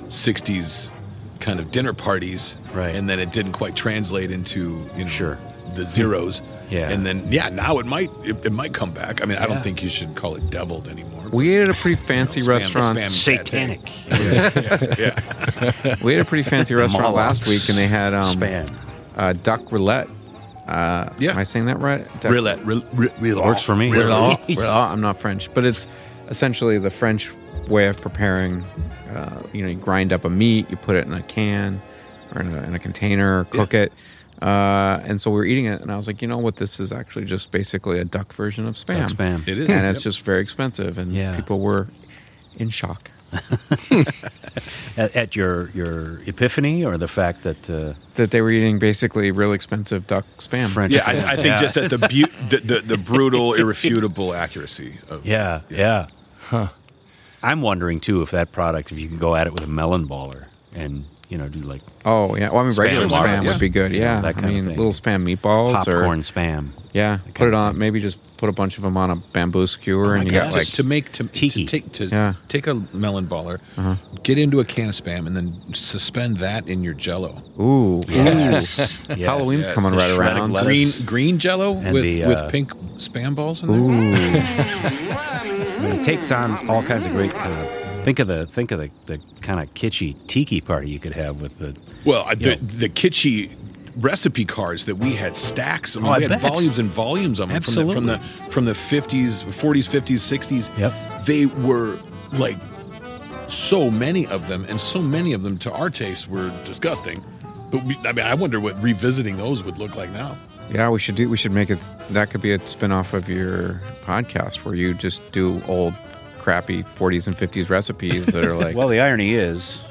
'60s kind of dinner parties. Right, and then it didn't quite translate into you know sure. the zeros.
Yeah.
and then yeah, now it might it, it might come back. I mean, I
Yeah.
don't think you should call it deviled anymore.
We ate at a pretty fancy
Spam-
restaurant.
spam pate.
we had a pretty fancy restaurant last
Molochs.
week, and they had um,
Spam.
Uh, duck roulette. Uh, Am I saying that right? Duck-
Roulette, rou- rou- roulette.
Works for me.
Roulette.
Roulette. I'm not French, but it's essentially the French way of preparing. Uh, you know, you grind up a meat, you put it in a can or in a, in a container, cook it. Uh, and so we were eating it, and I was like, you know what? This is actually just basically a duck version of spam.
Duck spam. It is,
and
yep.
it's just very expensive, and people were in shock.
At, at your your epiphany, or the fact that uh,
that they were eating basically real expensive duck spam.
French
Yeah, I, I think just at the, bu- the, the the brutal, irrefutable accuracy of
Yeah, yeah. Huh. I'm wondering too if that product, if you could go at it with a melon baller and you know do like
Oh yeah, well I mean regular
Spam
spam,
bars,
would be
yeah.
good.
You know,
Yeah,
that kind
I
of
mean
thing.
little spam meatballs,
popcorn
or,
spam.
Yeah, put it on. Maybe just put a bunch of them on a bamboo skewer, and you got like
Oh to make to, tiki. to take to
Oh Yeah.
take a melon baller,
Uh-huh.
get into a can of spam, and then suspend that in your Jello.
Ooh,
Yes.
ooh.
Yes,
Halloween's
yes.
coming
The
right
shredded
around.
lettuce. Green- green Jell-O
And
with-
the,
with
uh,
pink spam balls in there.
Ooh. I mean, it takes on all kinds of great. Kind of, think of the think of the, the kind of kitschy tiki party you could have with the.
Well, I-
you
the,
know,
the kitschy recipe cards that we had stacks. I mean,
Oh, I
we had
bet.
volumes and volumes of them from the, from the from the fifties, forties, fifties, sixties. Yep, they were like so many of them, and so many of them to our taste were disgusting. But we, I mean, I wonder what revisiting those would look like now.
Yeah, we should do. We should make it. That could be a spin-off of your podcast where you just do old, crappy '40s and '50s recipes that are like.
well, the irony is,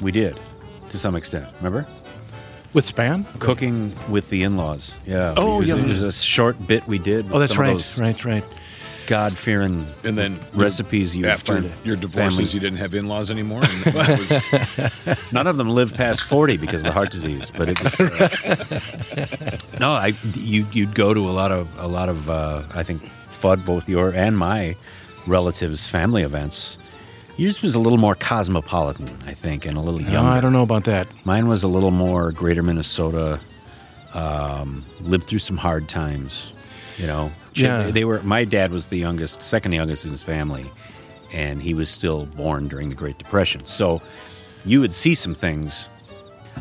we did to some extent. Remember
with spam
cooking with the in-laws. Yeah.
Oh,
it was,
yeah.
It was a short bit we did. with
Oh, that's
some of
right,
those
right, right.
God-fearing
and then
recipes you
after
turned to
your divorces,
family.
you didn't have in-laws anymore. And that was
None of them lived past forty because of the heart disease. But it was, uh, no, I you you'd go to a lot of a lot of uh, I think fud both your and my relatives' family events. Yours was a little more cosmopolitan, I think, and a little
No,
younger.
I don't know about that.
Mine was a little more Greater Minnesota. Um, lived through some hard times, you know. Ch-
Yeah.
They were. My dad was the youngest, second youngest in his family, and he was still born during the Great Depression. So, you would see some things.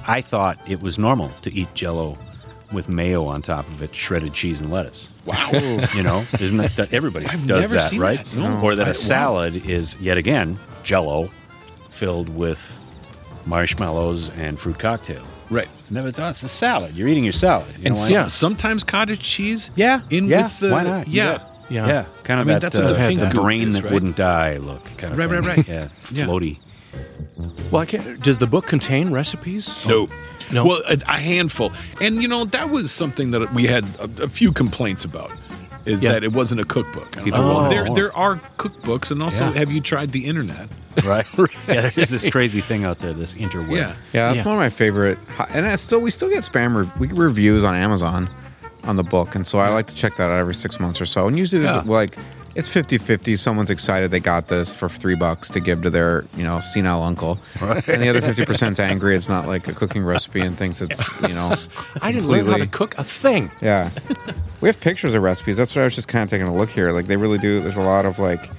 I thought it was normal to eat Jello with mayo on top of it, shredded cheese and lettuce.
Wow.
you know, isn't that, that everybody
I've
does
never
that,
seen
right?
that. No.
Or that
I- wow.
a salad is yet again Jello filled with marshmallows and fruit cocktail.
Right.
Never thought it's a salad. You're eating your salad. You know,
and some,
I-
sometimes cottage cheese.
Yeah,
in
yeah,
with the
why not? You
yeah,
got- yeah, Kind of that, uh,
what pink
the
goop
brain
is,
that
right?
wouldn't die look. Kind of
Right, right,
thing.
right.
Yeah,
Yeah.
floaty.
Well, I can't. Does the book contain recipes?
No.
No.
Well, a, a handful. And, you know, that was something that we had a, a few complaints about is
Yeah.
that it wasn't a cookbook. And I'm
People
like,
want
there,
more.
there are cookbooks, and also,
Yeah.
have you tried the internet?
right? Yeah, there's this crazy thing out there, this interweb.
Yeah, that's one of my favorite. And I still, we still get spam re- we get reviews on Amazon on the book, and so I like to check that out every six months or so. And usually, there's
Yeah.
like it's 50-50. Someone's excited they got this for three bucks to give to their you know senile uncle, and the other fifty percent's angry. It's not like a cooking recipe and thinks it's you know.
I didn't learn how to
completely-
cook a thing.
yeah. we have pictures of recipes. That's what I was just kind of taking a look here. Like, they really do. There's a lot of, like,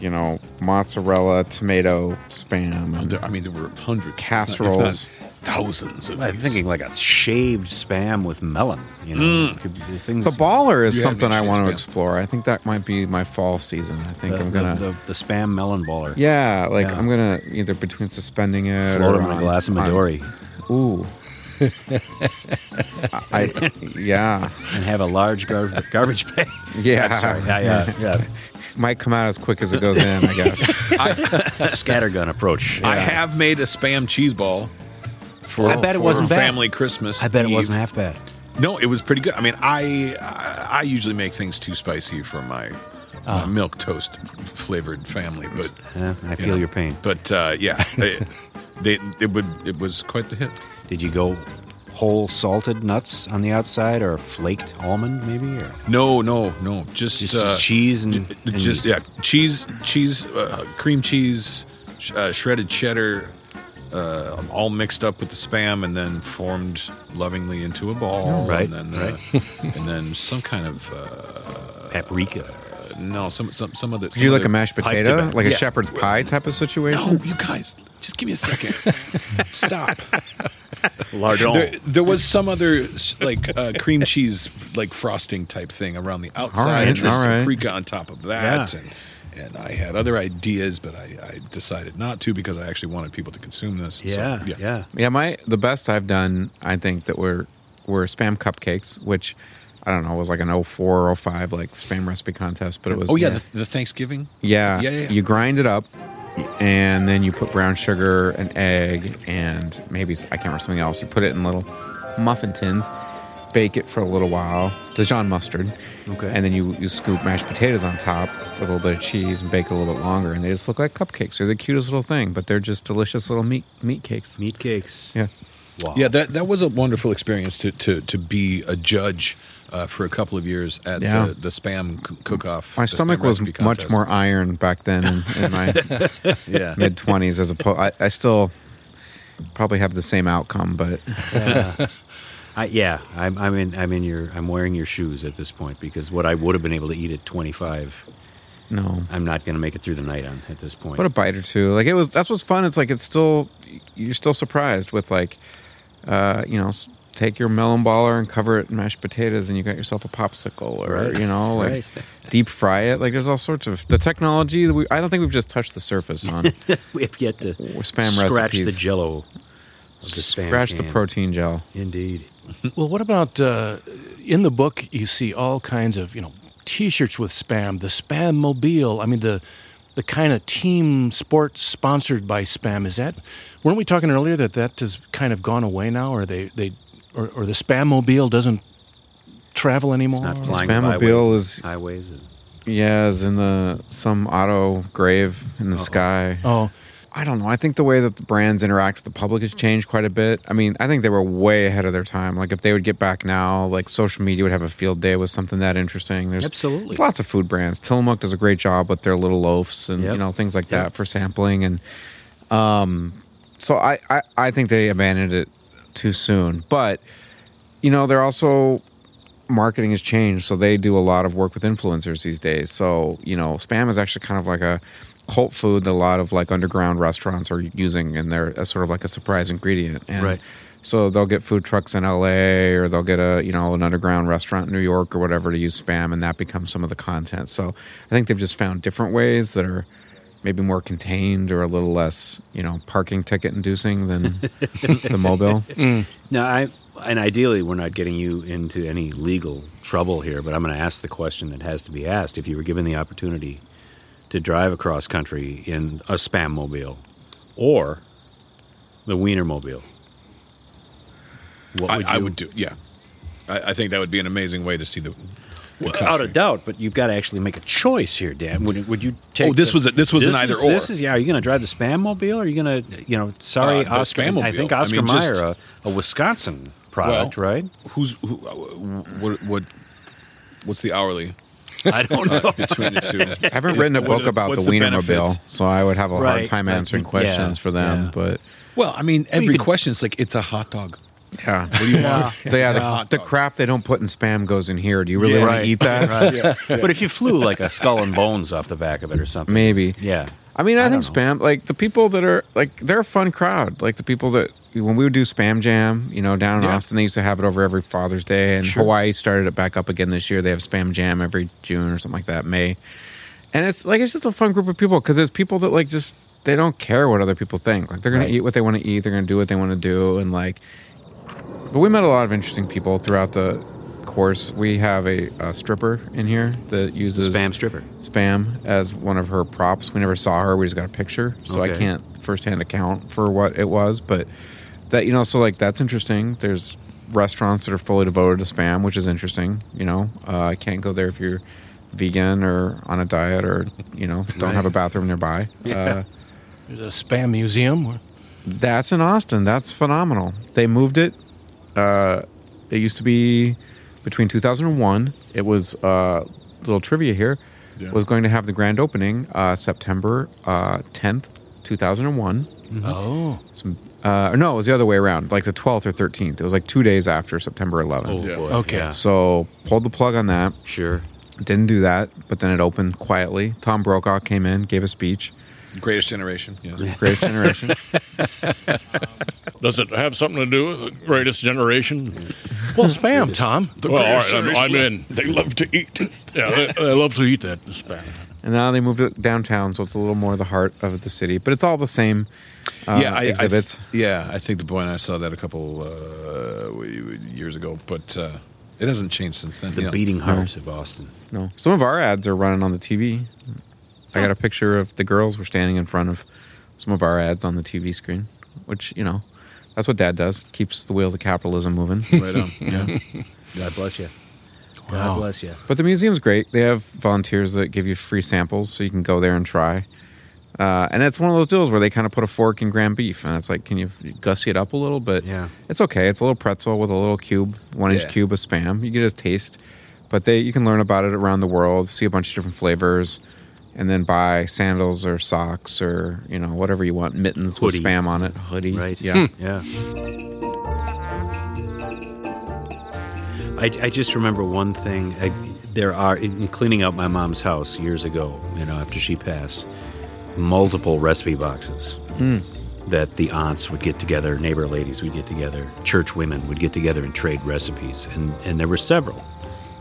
you know, mozzarella, tomato, spam.
I mean, there were hundreds.
Casseroles.
thousands of
I'm thinking like a shaved spam with melon. You know,
Mm.
Could be the things.
The baller is
Yeah,
something I
makes
want to
sense, yeah.
explore. I think that might be my fall season. I think
The-
I'm
the-
going
the, the spam melon baller.
Yeah, like
Yeah.
I'm gonna either between suspending it
Float
or
him in a glass of Midori.
ooh. I yeah,
and have a large gar- garbage bag.
Yeah,
I'm sorry. Yeah, yeah, yeah.
Might come out as quick as it goes in, I guess.
Scattergun approach.
I
Yeah.
have made a spam cheese ball. For,
I bet it
for
wasn't bad.
family Christmas.
I bet it
Eve.
wasn't half bad.
No, it was pretty good. I mean, I I, I usually make things too spicy for my, my milk toast flavored family, but
Ah. Yeah, I feel your pain.
But uh, yeah, they, they it would it was quite the hit.
Did you go whole salted nuts on the outside or flaked almond maybe? Or
No, no, no. Just,
Just-
uh,
just cheese and-
ju-
and
just
meat.
yeah, cheese, cheese, uh, cream cheese, sh- uh, shredded cheddar, uh, all mixed up with the spam, and then formed lovingly into a ball.
Oh. Right,
and then, uh, and then some kind of uh,
paprika.
no, some some some other.
Did you like a mashed potato, like a
shepherd.
shepherd's pie type of situation?
No, you guys, just give me a second. Stop.
Lardon.
There, there was some other s- like uh, cream cheese like frosting type thing around the outside,
right,
and there's
all right.
paprika on top of that,
Yeah.
and and I had other ideas, but I, I decided not to because I actually wanted people to consume this. So,
yeah.
Yeah, my the best I've done, I think that were were spam cupcakes, which I don't know was like an 04 or 05 like spam recipe contest, but it was
Oh yeah, The, the Thanksgiving.
Yeah.
Yeah, yeah, yeah.
You grind it up and then you put brown sugar, an egg, and maybe I can't remember something else. You put it in little muffin tins, bake it for a little while, Dijon mustard.
Okay.
And then you, you scoop mashed potatoes on top with a little bit of cheese and bake a little bit longer. And they just look like cupcakes. They're the cutest little thing, but they're just delicious little meat meat cakes.
Meat cakes.
Yeah.
Wow.
Yeah, that that was a wonderful experience to to to be a judge uh, for a couple of years at
Yeah.
the, the spam c- cook-off.
My
the
stomach
spam
was
recipe
much
contest.
more iron back then in, in my
Yeah.
mid 20s as opposed I, I still probably have the same outcome but
I, yeah, I'm, I'm in. I'm in your. I'm wearing your shoes at this point because what I would have been able to eat at 25,
no
I'm not going to make it through the night on at this point.
What a bite or two. Like it was. That's what's fun. It's like it's still. You're still surprised with like, uh, you know, s- take your melon baller and cover it in mashed potatoes, and you got yourself a popsicle, or
Right.
you know, like
Right.
deep fry it. Like there's all sorts of the technology. That we, I don't think we've just touched the surface on.
we have yet to
spam
scratch
recipes.
the Jello. Of the spam
Scratch the
can.
protein gel.
Indeed.
Well, what about uh, in the book? You see all kinds of you know T-shirts with spam, the spam mobile. I mean the the kind of team sport sponsored by spam. Is that weren't we talking earlier that that has kind of gone away now, or they they or, or the spam mobile doesn't travel anymore?
Not flying
Spamobile
byways,
is
highways. and-
yeah, is in the some auto grave in the sky.
Oh.
I don't know. I think the way that the brands interact with the public has changed quite a bit. I mean, I think they were way ahead of their time. Like if they would get back now, like social media would have a field day with something that interesting. There's
Absolutely.
lots of food brands. Tillamook does a great job with their little loafs and
Yep.
you know things like that for sampling and um so I, I I think they abandoned it too soon. But you know, they're also marketing has changed, so they do a lot of work with influencers these days. So you know, spam is actually kind of like a cult food that a lot of like underground restaurants are using, and they're as sort of like a surprise ingredient. And
Right.
So they'll get food trucks in LA, or they'll get a you know an underground restaurant in New York or whatever to use spam, and that becomes some of the content. So I think they've just found different ways that are maybe more contained or a little less you know parking ticket inducing than the mobile.
Mm.
No, I and ideally we're not getting you into any legal trouble here, but I'm going to ask the question that has to be asked. If you were given the opportunity to drive across country in a spam mobile or the wiener mobile, what
I-
would you
I would do? Yeah, I, I think that would be an amazing way to see the.
Well, out of doubt, but you've got to actually make a choice here, Dan. Would, would you take?
Oh, this was a- this was an either
is,
or.
This is yeah. Are you going to drive the spam mobile? Are you going to you know? Sorry,
Uh, the
Oscar. I
Spammobile.
think
I
Oscar uh,
mean, just-
Mayer, a, a Wisconsin product, right?
Who's who, uh, what, what? What's the hourly?
I don't know.
between the two.
I haven't written a
What
book
are-
about the
what's
Wienermobile,
benefits?
so I would have a hard
Right,
time
I
answering
think-
questions
yeah,
for them.
yeah.
But
Well, I mean,
Well, you
every
could-
question is like it's a hot dog.
yeah,
What do you
yeah,
want?
yeah, the,
It's a hot
the crap they don't put in spam goes in here. Do you really
Yeah.
want
Right.
to eat that?
Right. But if you flew like a skull and bones off the back of it or something,
Maybe.
Yeah.
I mean, I, think spam, like the people that are like, they're a fun crowd. Like the people that, when we would do Spam Jam, you know, down in
Yeah.
Austin, they used to have it over every Father's Day. And
Sure.
Hawaii started it back up again this year. They have Spam Jam every June or something like that, May. And it's like, it's just a fun group of people because there's people that like just, they don't care what other people think. Like they're going
Right.
to eat what they want to eat, they're going to do what they want to do. And like, but we met a lot of interesting people throughout the course. We have a, a stripper in here that uses
Spam stripper.
spam as one of her props. We never saw her. We just got a picture, so I
Okay.
can't firsthand account for what it was. But that you know, so like that's interesting. There's restaurants that are fully devoted to spam, which is interesting. You know, uh, I can't go there if you're vegan or on a diet or you know don't have a bathroom nearby. Uh,
There's a spam museum. Where
that's in Austin. That's phenomenal. They moved it. Uh, it used to be between 2001. It was uh, little trivia here.
Yeah.
Was going to have the grand opening uh, September uh, 10th, 2001.
Oh.
Some, uh, no, it was the other way around, like the 12th or 13th. It was like two days after September 11th.
Oh, Yeah. boy. Okay. Yeah.
So pulled the plug on that.
Sure.
Didn't do that, but then it opened quietly. Tom Brokaw came in, gave a speech.
Greatest generation. Yes.
Greatest generation.
Does it have something to do with the greatest generation? Well, spam, Tom. well, all right, I'm, I'm in.
They love to eat.
Yeah, they, they love to eat that spam.
And now they moved it downtown, so it's a little more the heart of the city, but it's all the same uh,
yeah, I,
exhibits.
I, yeah, I think the boy and I saw that a couple uh, w- years ago, but uh, it hasn't changed since then.
The
beating
hearts
of Austin.
no, some of our ads are running on the TV. I got a picture of the girls were standing in front of some of our ads on the TV screen, which you know, that's what Dad does. Keeps the wheels of capitalism moving.
Right on.
yeah.
God bless you.
Wow.
God bless you.
But the museum's great. They have volunteers that give you free samples, so you can go there and try. Uh, and it's one of those deals where they kind of put a fork in ground beef, and it's like, can you gussy it up a little? But yeah, it's okay. It's a little pretzel with a little cube, one
Yeah.
inch cube of spam. You get a taste, but they you can learn about it around the world, see a bunch of different flavors, and then buy sandals or socks or you know whatever you want, mittens
Hoodie.
with spam on it, hoodie. Right?
Yeah.
Yeah.
Yeah. I, I just remember one thing. I, there are, in cleaning out my mom's house years ago, you know, after she passed, multiple recipe boxes
Hmm.
Mm.
that the aunts would get together, neighbor ladies would get together, church women would get together and trade recipes. And, and there were several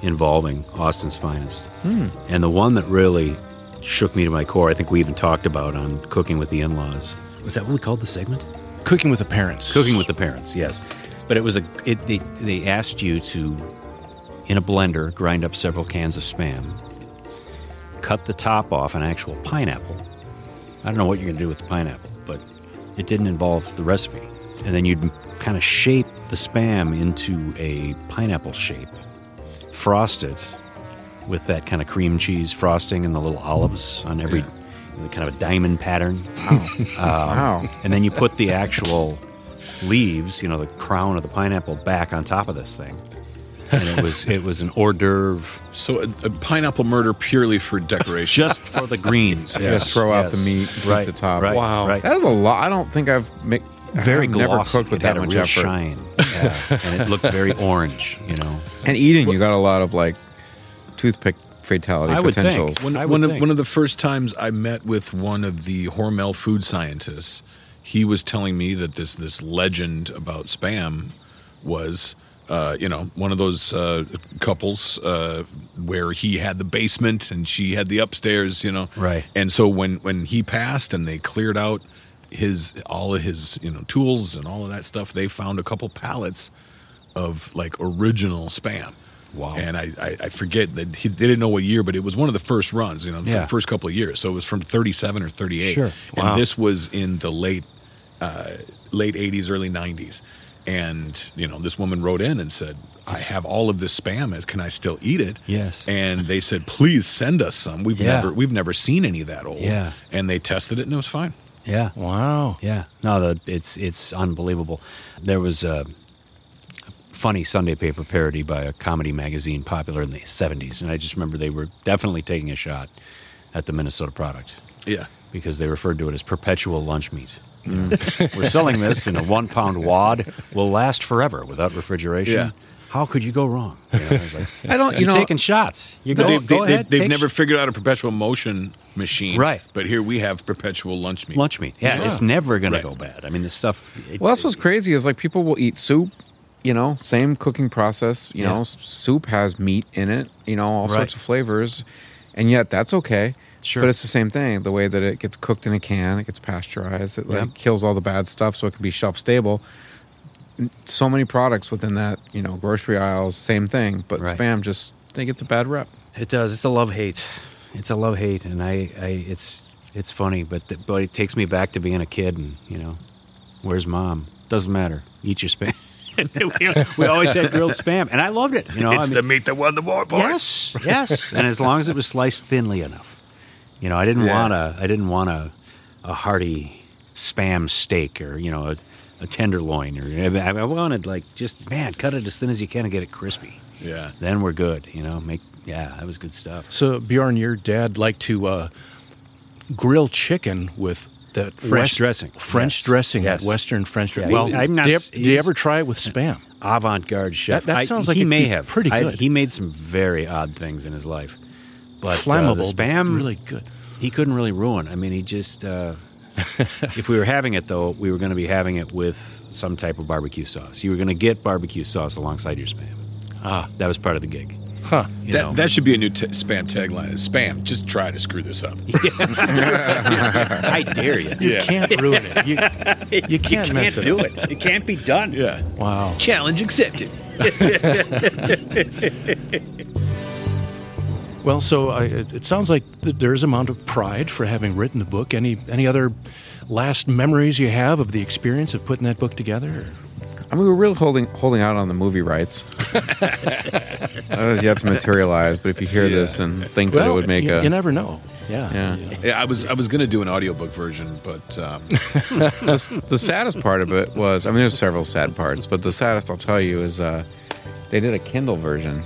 involving Austin's finest.
Hmm.
And the one that really shook me to my core, I think we even talked about on Cooking with the In Laws. Was that what we called the segment?
Cooking with the parents.
Cooking with the parents, yes. But it was a it, they they asked you to in a blender grind up several cans of spam, cut the top off an actual pineapple. I don't know what you're going to do with the pineapple, but it didn't involve the recipe. And then you'd kind of shape the spam into a pineapple shape, frost it with that kind of cream cheese frosting and the little olives on every kind of a diamond pattern. Wow.
Wow.
And then you put the actual leaves, you know, the crown of the pineapple back on top of this thing. And it was it was an hors d'oeuvre.
So a, a pineapple murder purely for decoration,
just for the greens.
Just throw out the meat, keep
right?
the top.
Right,
wow,
right.
that is a lot. I don't think I've made
very
I've
glossy.
Never cooked with
it
that
had
much
a real
effort.
shine, yeah. and it looked very orange. You know,
And eating, you got a lot of like toothpick fatality potentials.
One, one of, one of the first times I met with one of the Hormel food scientists, he was telling me that this this legend about spam was, uh, you know, one of those uh, couples uh, where he had the basement and she had the upstairs, you know,
Right.
And so when when he passed and they cleared out his all of his you know tools and all of that stuff, they found a couple pallets of like original spam.
Wow.
And I, I, I forget that he, they didn't know what year, but it was one of the first runs, you know, the
Yeah.
first couple of years. So it was from 37 or 38.
Sure. Wow.
And this was in the late, uh, late 80s, early 90s. And, you know, this woman wrote in and said, I have all of this spam. As Can I still eat it?
Yes.
And they said, please send us some. We've
Yeah.
never we've never seen any that old.
Yeah.
And they tested it and it was fine.
Yeah.
Wow.
Yeah. No, the, it's it's unbelievable. There was a funny Sunday paper parody by a comedy magazine popular in the 70s. And I just remember they were definitely taking a shot at the Minnesota product.
Yeah.
Because they referred to it as perpetual lunch meat. You know,
Mm.
We're selling this in a one pound wad, will last forever without refrigeration.
Yeah.
How could you go wrong? You know, I, was like,
I don't- you
You're
know-
taking shots. You
But
go,
they've,
go
they,
ahead.
have
take
never figured out a perpetual motion machine,
Right.
But here we have perpetual lunch meat.
Lunch meat. Yeah, it's never going
Right.
to go bad. I mean, the stuff. it-
well, that's what's crazy is like people will eat soup, you know, same cooking process. You
Yeah.
know, s- soup has meat in it, you know, all
Right.
sorts of flavors, and yet that's okay.
Sure.
But it's the same thing. The way that it gets cooked in a can, it gets pasteurized, it like
Yep.
kills all the bad stuff, so it can be shelf stable. N- So many products within that, you know, grocery aisles, same thing. But
Right.
spam just they get a bad rep.
It does. It's a love hate. It's a love hate, and I, I it's it's funny, but the, but it takes me back to being a kid, and you know, where's mom? Doesn't matter. Eat your spam. we always had grilled spam, and I loved it. You know,
it's
I mean-
the meat that won the war, boys.
Yes, yes. and as long as it was sliced thinly enough, you know, I didn't
Yeah.
want a, I didn't want a, a hearty spam steak or you know a, a tenderloin or I I wanted like just man cut it as thin as you can and get it crispy.
Yeah.
Then we're good. You know, make yeah, that was good stuff.
So Bjorn, your dad liked to uh, grill chicken with that
French
Wes-
dressing.
French
Yes.
dressing,
Yes.
that Western French
Yeah,
dressing. well,
he- I'm not-
do, you, do you
he's-
ever try it with spam?
Avant-garde chef.
That- that
I-
sounds like
he
it'd
may
be
have
pretty
I-
good.
he made some very odd things in his life, but uh, the
Flammable, but
spam
really good.
He couldn't really ruin. I mean, he just. Uh, if we were having it though, we were going to be having it with some type of barbecue sauce. You were going to get barbecue sauce alongside your spam. Ah, that was part of the gig.
Huh.
You know.
That, that should be a new t- spam tagline. Is spam. Just try to screw this up.
I dare you.
You can't ruin it. You, you can't, mess it
do
up.
it. It can't be done.
Yeah.
Wow.
Challenge accepted.
Well, so I, it, it sounds like th- there's amount of pride for having written the book. Any any other last memories you have of the experience of putting that book together? or-
I mean, we're really holding holding out on the movie rights. that has yet to materialize, but if you hear this and think that it
Well,
would make
you,
a
you never know. Yeah.
Yeah, I was I was gonna do an audiobook version, but um,
the, the saddest part of it was I mean, there's several sad parts, but the saddest I'll tell you is uh, they did a Kindle version.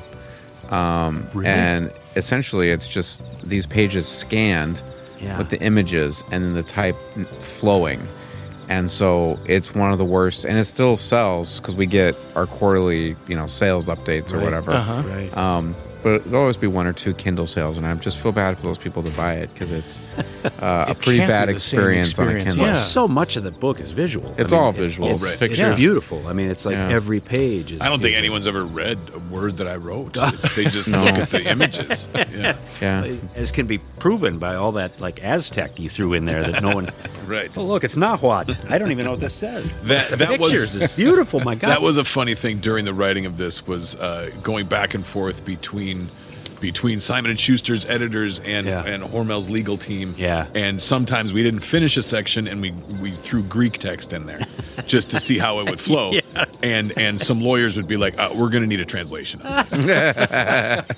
Um,
Really?
And essentially, it's just these pages scanned
Yeah.
with the images and then the type n- flowing. And so it's one of the worst, and it still sells because we get our quarterly, you know, sales updates or
Right.
whatever.
Uh-huh. Right.
Um, but there'll always be one or two Kindle sales, and I just feel bad for those people that buy it because it's uh, a
It
pretty
can't be
bad
the same
experience, on a
experience.
Kindle.
Well, so much of the book is visual.
It's all visual.
It's,
Right.
it's
Pictures.
beautiful. I mean, it's like
Yeah.
every page is.
I don't think
is a-
anyone's ever read a word that I wrote. They just look at the images. Yeah.
Yeah.
As can be proven by all that like Aztec you threw in there that no one.
right.
Well, look, it's Nahuatl. I don't even know what this says.
That
the
that
pictures
was
is beautiful. My God,
That was a funny thing during the writing of this was uh, going back and forth between between Simon and Schuster's editors and and Hormel's legal team.
Yeah.
And sometimes we didn't finish a section and we we threw Greek text in there just to see how it would flow.
Yeah.
And and some lawyers would be like, uh, "We're going to need a translation." Of this.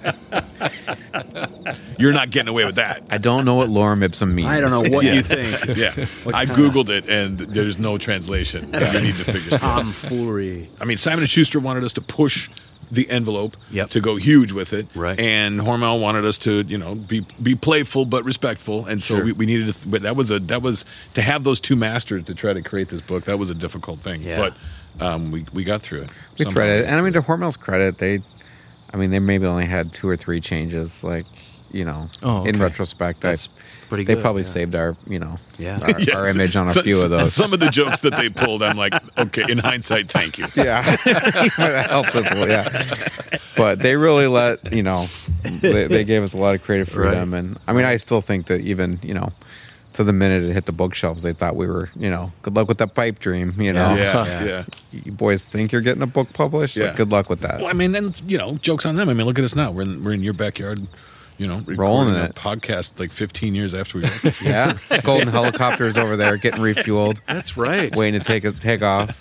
You're not getting away with that.
I don't know what lorem ipsum means.
I don't know what you think. Yeah,
What
I
kinda-
googled it, and there's no translation. You need to figure it out.
Tomfoolery.
I mean, Simon and Schuster wanted us to push the envelope to go huge with it, right? And Hormel wanted us to, you know, be be playful but respectful, and so
Sure.
we, we needed to. But that was a that was to have those two masters to try to create this book. That was a difficult thing, but um, we we got through it.
We
Somehow.
thread it, and I mean to Hormel's credit, they, I mean, they maybe only had two or three changes. Like you know,
Oh,
in
okay.
retrospect,
That's
I,
pretty
They
good,
probably
yeah.
saved our you know s-
Yeah.
our,
Yes.
our image on a
So-
few
so-
of those.
Some of the jokes that they pulled, I'm like, okay, in hindsight, thank you.
yeah, that helped us. a lot, Yeah, but they really let you know, they, they gave us a lot of creative freedom, and I mean, I still think that even you know. To the minute it hit the bookshelves, they thought we were, you know, good luck with that pipe dream. You know,
Yeah, yeah, yeah.
You boys think you're getting a book published? Like,
Yeah.
good luck with that.
Well, I mean, then you know, jokes on them. I mean, look at us now. We're in, we're in your backyard, you know,
Rolling
recording a
it.
podcast like 15 years after we. wrote it.
Yeah, golden helicopters over there getting refueled.
That's right.
Waiting to take a take off.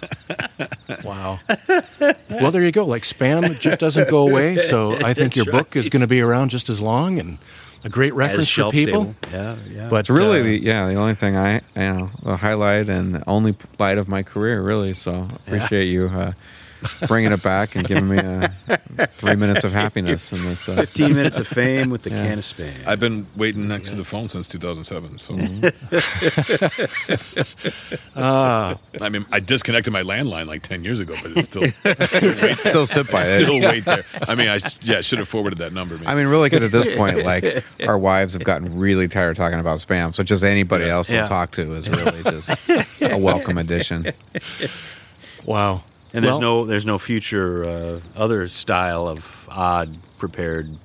Wow.
Mm.
well, there you go. Like spam just doesn't go away. So I think
That's
your book
right.
is going to be around just as long and a great reference for
shelf
people.
stable. Yeah, yeah.
But
But,
really,
uh,
the, yeah, the only thing I, you know, the highlight and the only light of my career, really. So appreciate you uh, bringing it back and giving me uh, three minutes of happiness in this. Uh, Yeah.
spam. I've been waiting next to the phone since 2007. So,
Ah.
I mean, I disconnected my landline like 10 years ago, but it's still wait there.
Still sit by it.
Still wait there. I mean, I sh- yeah, should have forwarded that number. man.
I mean, really, because at this point, like our wives have gotten really tired of talking about spam, so just anybody else
Yeah.
to talk to is really just a welcome addition.
Wow.
And there's
Well-
no there's no future uh, other style of odd prepared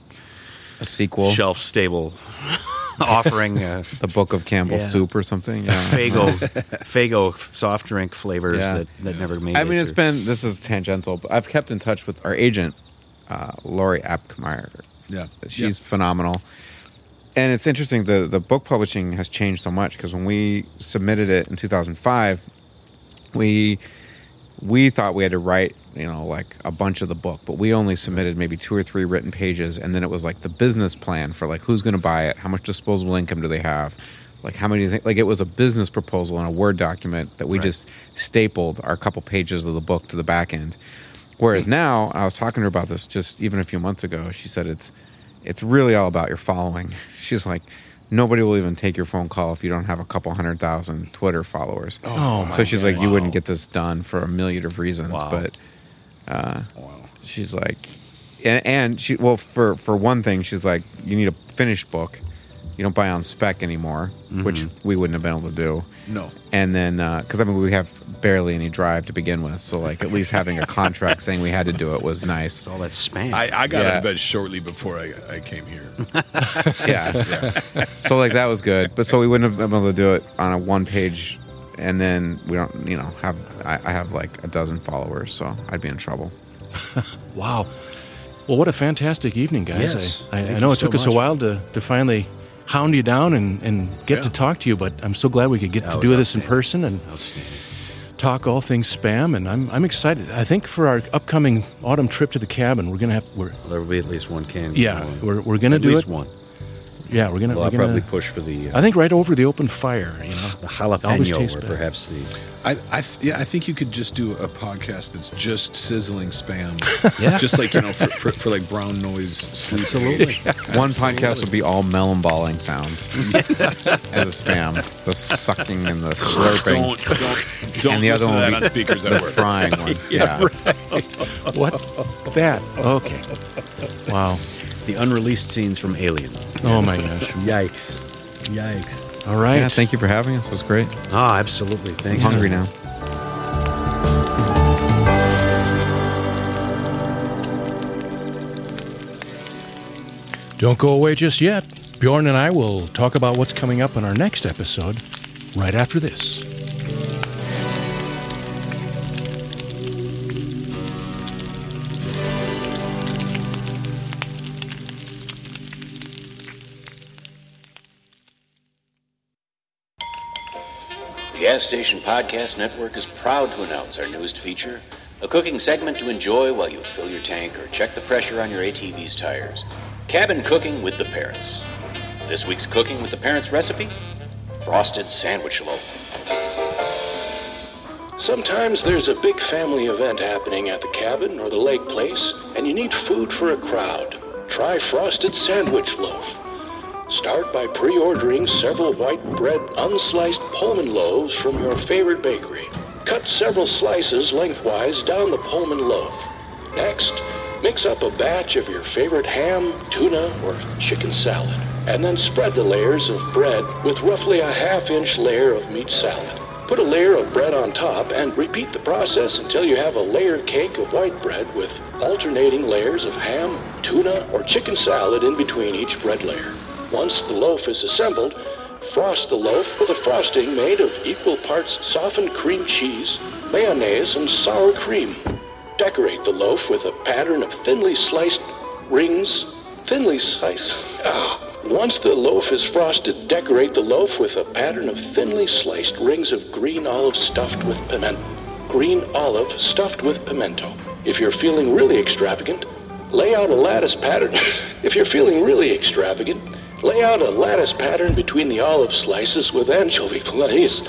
a sequel
shelf stable offering uh,
the Book of Campbell's
Yeah.
Soup or something. Yeah.
Fago Fago soft drink flavors
Yeah.
that, that never made
I mean,
it.
it's been this is tangential, but I've kept in touch with our agent, uh, Lori Apkmeyer.
Yeah.
she's phenomenal. And it's interesting the the book publishing has changed so much because when we submitted it in 2005, we we thought we had to write you know like a bunch of the book but we only submitted maybe two or three written pages and then it was like the business plan for like who's going to buy it how much disposable income do they have like how many thi- like it was a business proposal in a word document that we
Right.
just stapled our couple pages of the book to the back end whereas
Hmm.
now i was talking to her about this just even a few months ago she said it's it's really all about your following she's like nobody will even take your phone call if you don't have a couple hundred thousand twitter followers
Oh, my
so she's like
gosh.
you wouldn't get this done for a million of reasons
Wow.
but uh, she's like and, and she well for for one thing she's like you need a finished book you don't buy on spec anymore
Mm-hmm.
which
Mhm.
we wouldn't have been able to do
No.
and then because i mean we have barely any drive to begin with so like at least having a contract saying we had to do it was nice it's
all that spam
I, I got out of bed shortly before I, I came here.
yeah. so like that was good, but so we wouldn't have been able to do it on a one page, and then we don't, you know, have I, I have like a dozen followers, so I'd be in trouble.
Wow. Well, what a fantastic evening, guys.
Yes.
I, I, I
Thank
know
you
it took
so
us a
much.
while to, to finally hound you down and, and get to talk to you, but I'm so glad we could get
That
to
was
do this in person and talk all things spam. And I'm, I'm excited. I think for our upcoming autumn trip to the cabin, we're going to have, we're,
there will be at least one can.
Yeah,
going.
we're- we're gonna
at
do
least
it.
one.
yeah, we're going to,
Well, I'll probably push for the, uh,
I think right over the open fire, you know,
the
Always
jalapeno,
tastes
or
better.
perhaps the
I, I th- yeah, I think you could just do a podcast that's just sizzling spam.
Yeah.
just like you know, for, for, for like brown noise. Sleep
Absolutely. One podcast would be all melon balling sounds as a spam, the sucking and the slurping.
Don't- don't- don't
and the other
listen to
one
that
would be
on speakers
the
at work.
frying one.
Yeah,
yeah.
What's that? Okay. Wow.
the unreleased scenes from Alien.
Oh, my gosh.
Yikes! Yikes!
All right.
Yeah, thank you for having us. It was great.
Ah, absolutely. Thanks.
I'm hungry now.
Don't go away just yet. Bjorn and I will talk about what's coming up in our next episode right after this.
The Gas Station Podcast Network is proud to announce our newest feature a cooking segment to enjoy while you fill your tank or check the pressure on your ATV's tires. Cabin Cooking with the Parents. This week's Cooking with the Parents recipe Frosted Sandwich Loaf.
Sometimes there's a big family event happening at the cabin or the lake place, and you need food for a crowd. Try Frosted Sandwich Loaf. Start by pre ordering several white bread unsliced Pullman loaves from your favorite bakery. Cut several slices lengthwise down the Pullman loaf. Next, mix up a batch of your favorite ham, tuna, or chicken salad, and then spread the layers of bread with roughly a half inch layer of meat salad. Put a layer of bread on top and repeat the process until you have a layered cake of white bread with alternating layers of ham, tuna, or chicken salad in between each bread layer. Once the loaf is assembled, frost the loaf with a frosting made of equal parts softened cream cheese, mayonnaise, and sour cream. Decorate the loaf with a pattern of thinly sliced rings, thinly sliced. Ah. Once the loaf is frosted, decorate the loaf with a pattern of thinly sliced rings of green olive stuffed with pimento. Green olive stuffed with pimento. If you're feeling really extravagant, lay out a lattice pattern. if you're feeling really extravagant, lay out a lattice pattern between the olive slices with anchovy glaze.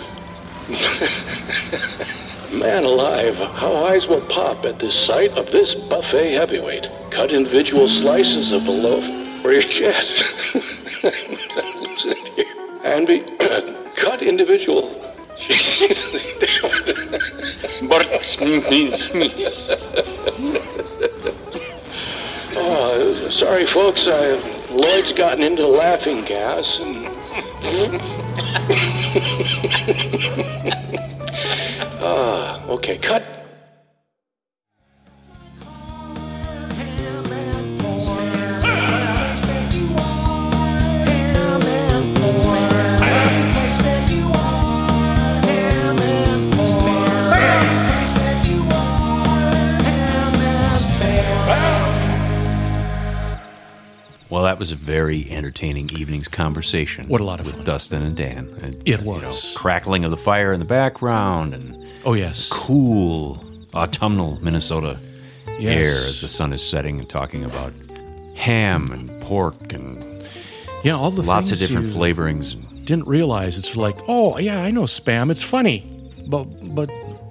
Man alive, how eyes will pop at the sight of this buffet heavyweight. Cut individual slices of the loaf for your chest. I'm losing it here. and be cut individual. Jesus, Oh, sorry, folks. I, Lloyd's gotten into the laughing gas, and ah, okay, cut.
Well, that was a very entertaining evening's conversation. What a lot of with Dustin and Dan. And,
It
you know,
was.
crackling of the fire in the background and
Oh, yes.
cool autumnal Minnesota
Yes.
air as the sun is setting and talking about ham and pork and
Yeah, all the
lots of
things
different
you
flavorings.
Didn't realize it's like, oh yeah, I know spam. It's funny, but but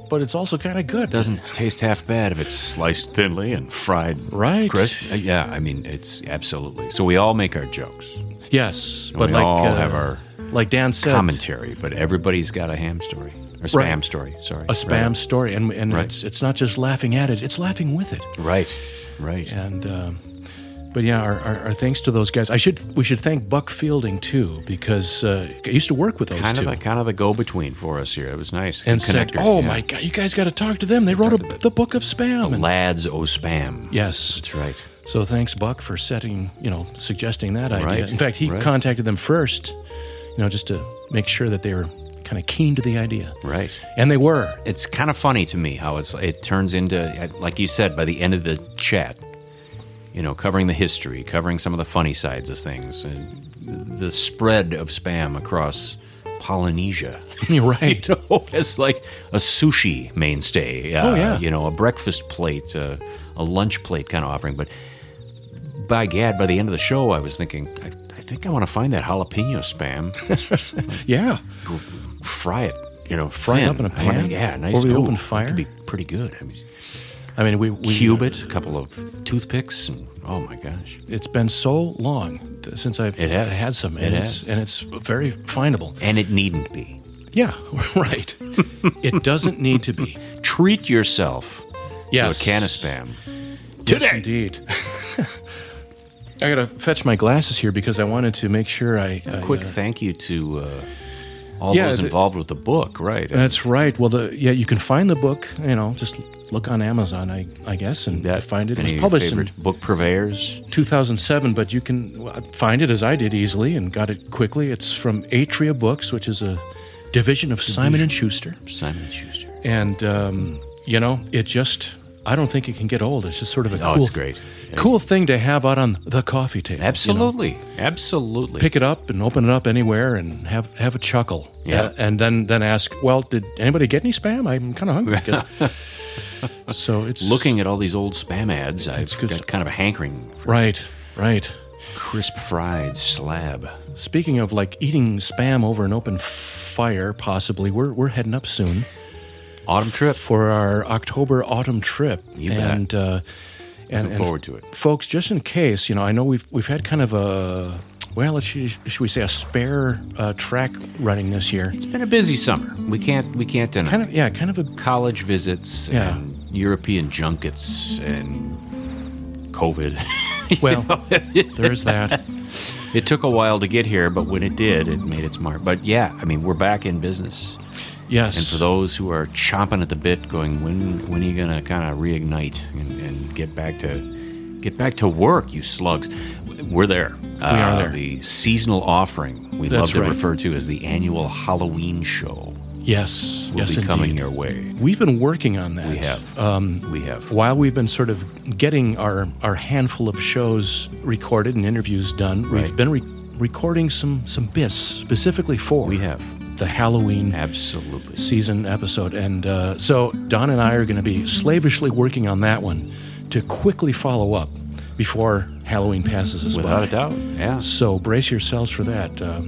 but it's also kind of good.
Doesn't taste half bad if it's sliced thinly and fried right crisp. Uh, Yeah, I mean it's absolutely. So we all make our jokes.
Yes,
And
but
we
like
all
uh,
have our
like Dan said,
commentary, but everybody's got a ham story or spam
Right.
story. Sorry,
a spam
Right.
story, and and
Right.
it's it's not just laughing at it; it's laughing with it.
Right, right.
And um, but yeah, our, our, our thanks to those guys. I should we should thank Buck Fielding too because uh, I used to work with those
kind
two.
of a kind of a go between for us here. It was nice.
and
Good
said,
connector,
"Oh
yeah.
my God, you guys got to talk to them. They wrote a, the book of spam."
the
And-
lads o spam.
Yes, that's
right.
So thanks, Buck, for setting you know suggesting that idea.
Right,
In fact, he
right.
contacted them first, you know, just to make sure that they were kind of keen to the idea.
Right.
And they were.
It's kind of funny to me how it's it turns into like you said by the end of the chat, you know, covering the history, covering some of the funny sides of things, and the spread of spam across Polynesia.
You're right.
You know, it's like a sushi mainstay. uh,
Oh, yeah.
You know, a breakfast plate, uh, a lunch plate kind of offering, but. By gad, by the end of the show, I was thinking, I, I think I want to find that jalapeno spam.
yeah.
fry it. You know,
Fry it up in
thin.
a
I wanna-
pan?
yeah, nice.
Over the
ooh,
open
it
fire?
Could be pretty good. I mean,
I mean, we, we
cube it, a couple of toothpicks, and oh my gosh,
It's been so long th- since I've
It has.
had some,
It
and it's,
has.
and it's very findable.
and it needn't be.
Yeah, right. it doesn't need to be.
Treat yourself
Yes.
to a can of spam.
Yes, indeed. I gotta fetch my glasses here because I wanted to make sure I.
A
I,
quick
uh,
thank you to uh, all
Yeah,
those
the-
involved with the book, right?
That's right. Well, the yeah, you can find the book. You know, just look on Amazon, I I guess, and find it. It was
Any of your
published in
favorite book purveyors?
2007, but you can well, find it as I did easily and got it quickly. It's from Atria Books, which is a division of Simon and Schuster.
Simon and Schuster.
And um, you know, it just. I don't think it can get old. It's just sort of a
Oh,
cool,
it's great.
cool thing to have out on the coffee table. you know?
Absolutely, absolutely.
pick it up and open it up anywhere and have have a chuckle.
Yeah.
Uh, and then then ask, well, did anybody get any spam? I'm kind of hungry. 'cause-" so it's
Looking at all these old spam ads, I've got kind of a hankering for
right, right.
crisp fried slab.
Speaking of like eating spam over an open fire, possibly we're we're heading up soon.
Autumn trip
for our October autumn trip.
You bet.
and, Uh, and
Looking forward to it.
folks. Just in case, you know, I know we've we've had kind of a well, let's should we say a spare uh, track running this year.
It's been a busy summer. We can't we can't deny.
Kind of- yeah, kind of a
college visits
Yeah.
and European junkets and COVID.
Well, there is that.
It took a while to get here, but when it did, it made its mark. But yeah, I mean, we're back in business.
Yes.
And for those who are chomping at the bit, going, when when are you gonna kind of reignite and, and get back to get back to work, you slugs? We're there. We
are there.
The seasonal offering we
That's
love to
right.
refer to as the annual Halloween show
Yes,
will
yes,
be coming
indeed.
your way.
We've been working on that.
We have.
Um,
We have.
while we've been sort of getting our our handful of shows recorded and interviews done. We've
Right.
been re- recording some some bits specifically for we have the Halloween
absolutely
season episode, and uh, so Don and I are going to be slavishly working on that one to quickly follow up before Halloween passes us by.
Without a doubt, yeah.
So brace yourselves for that. Uh,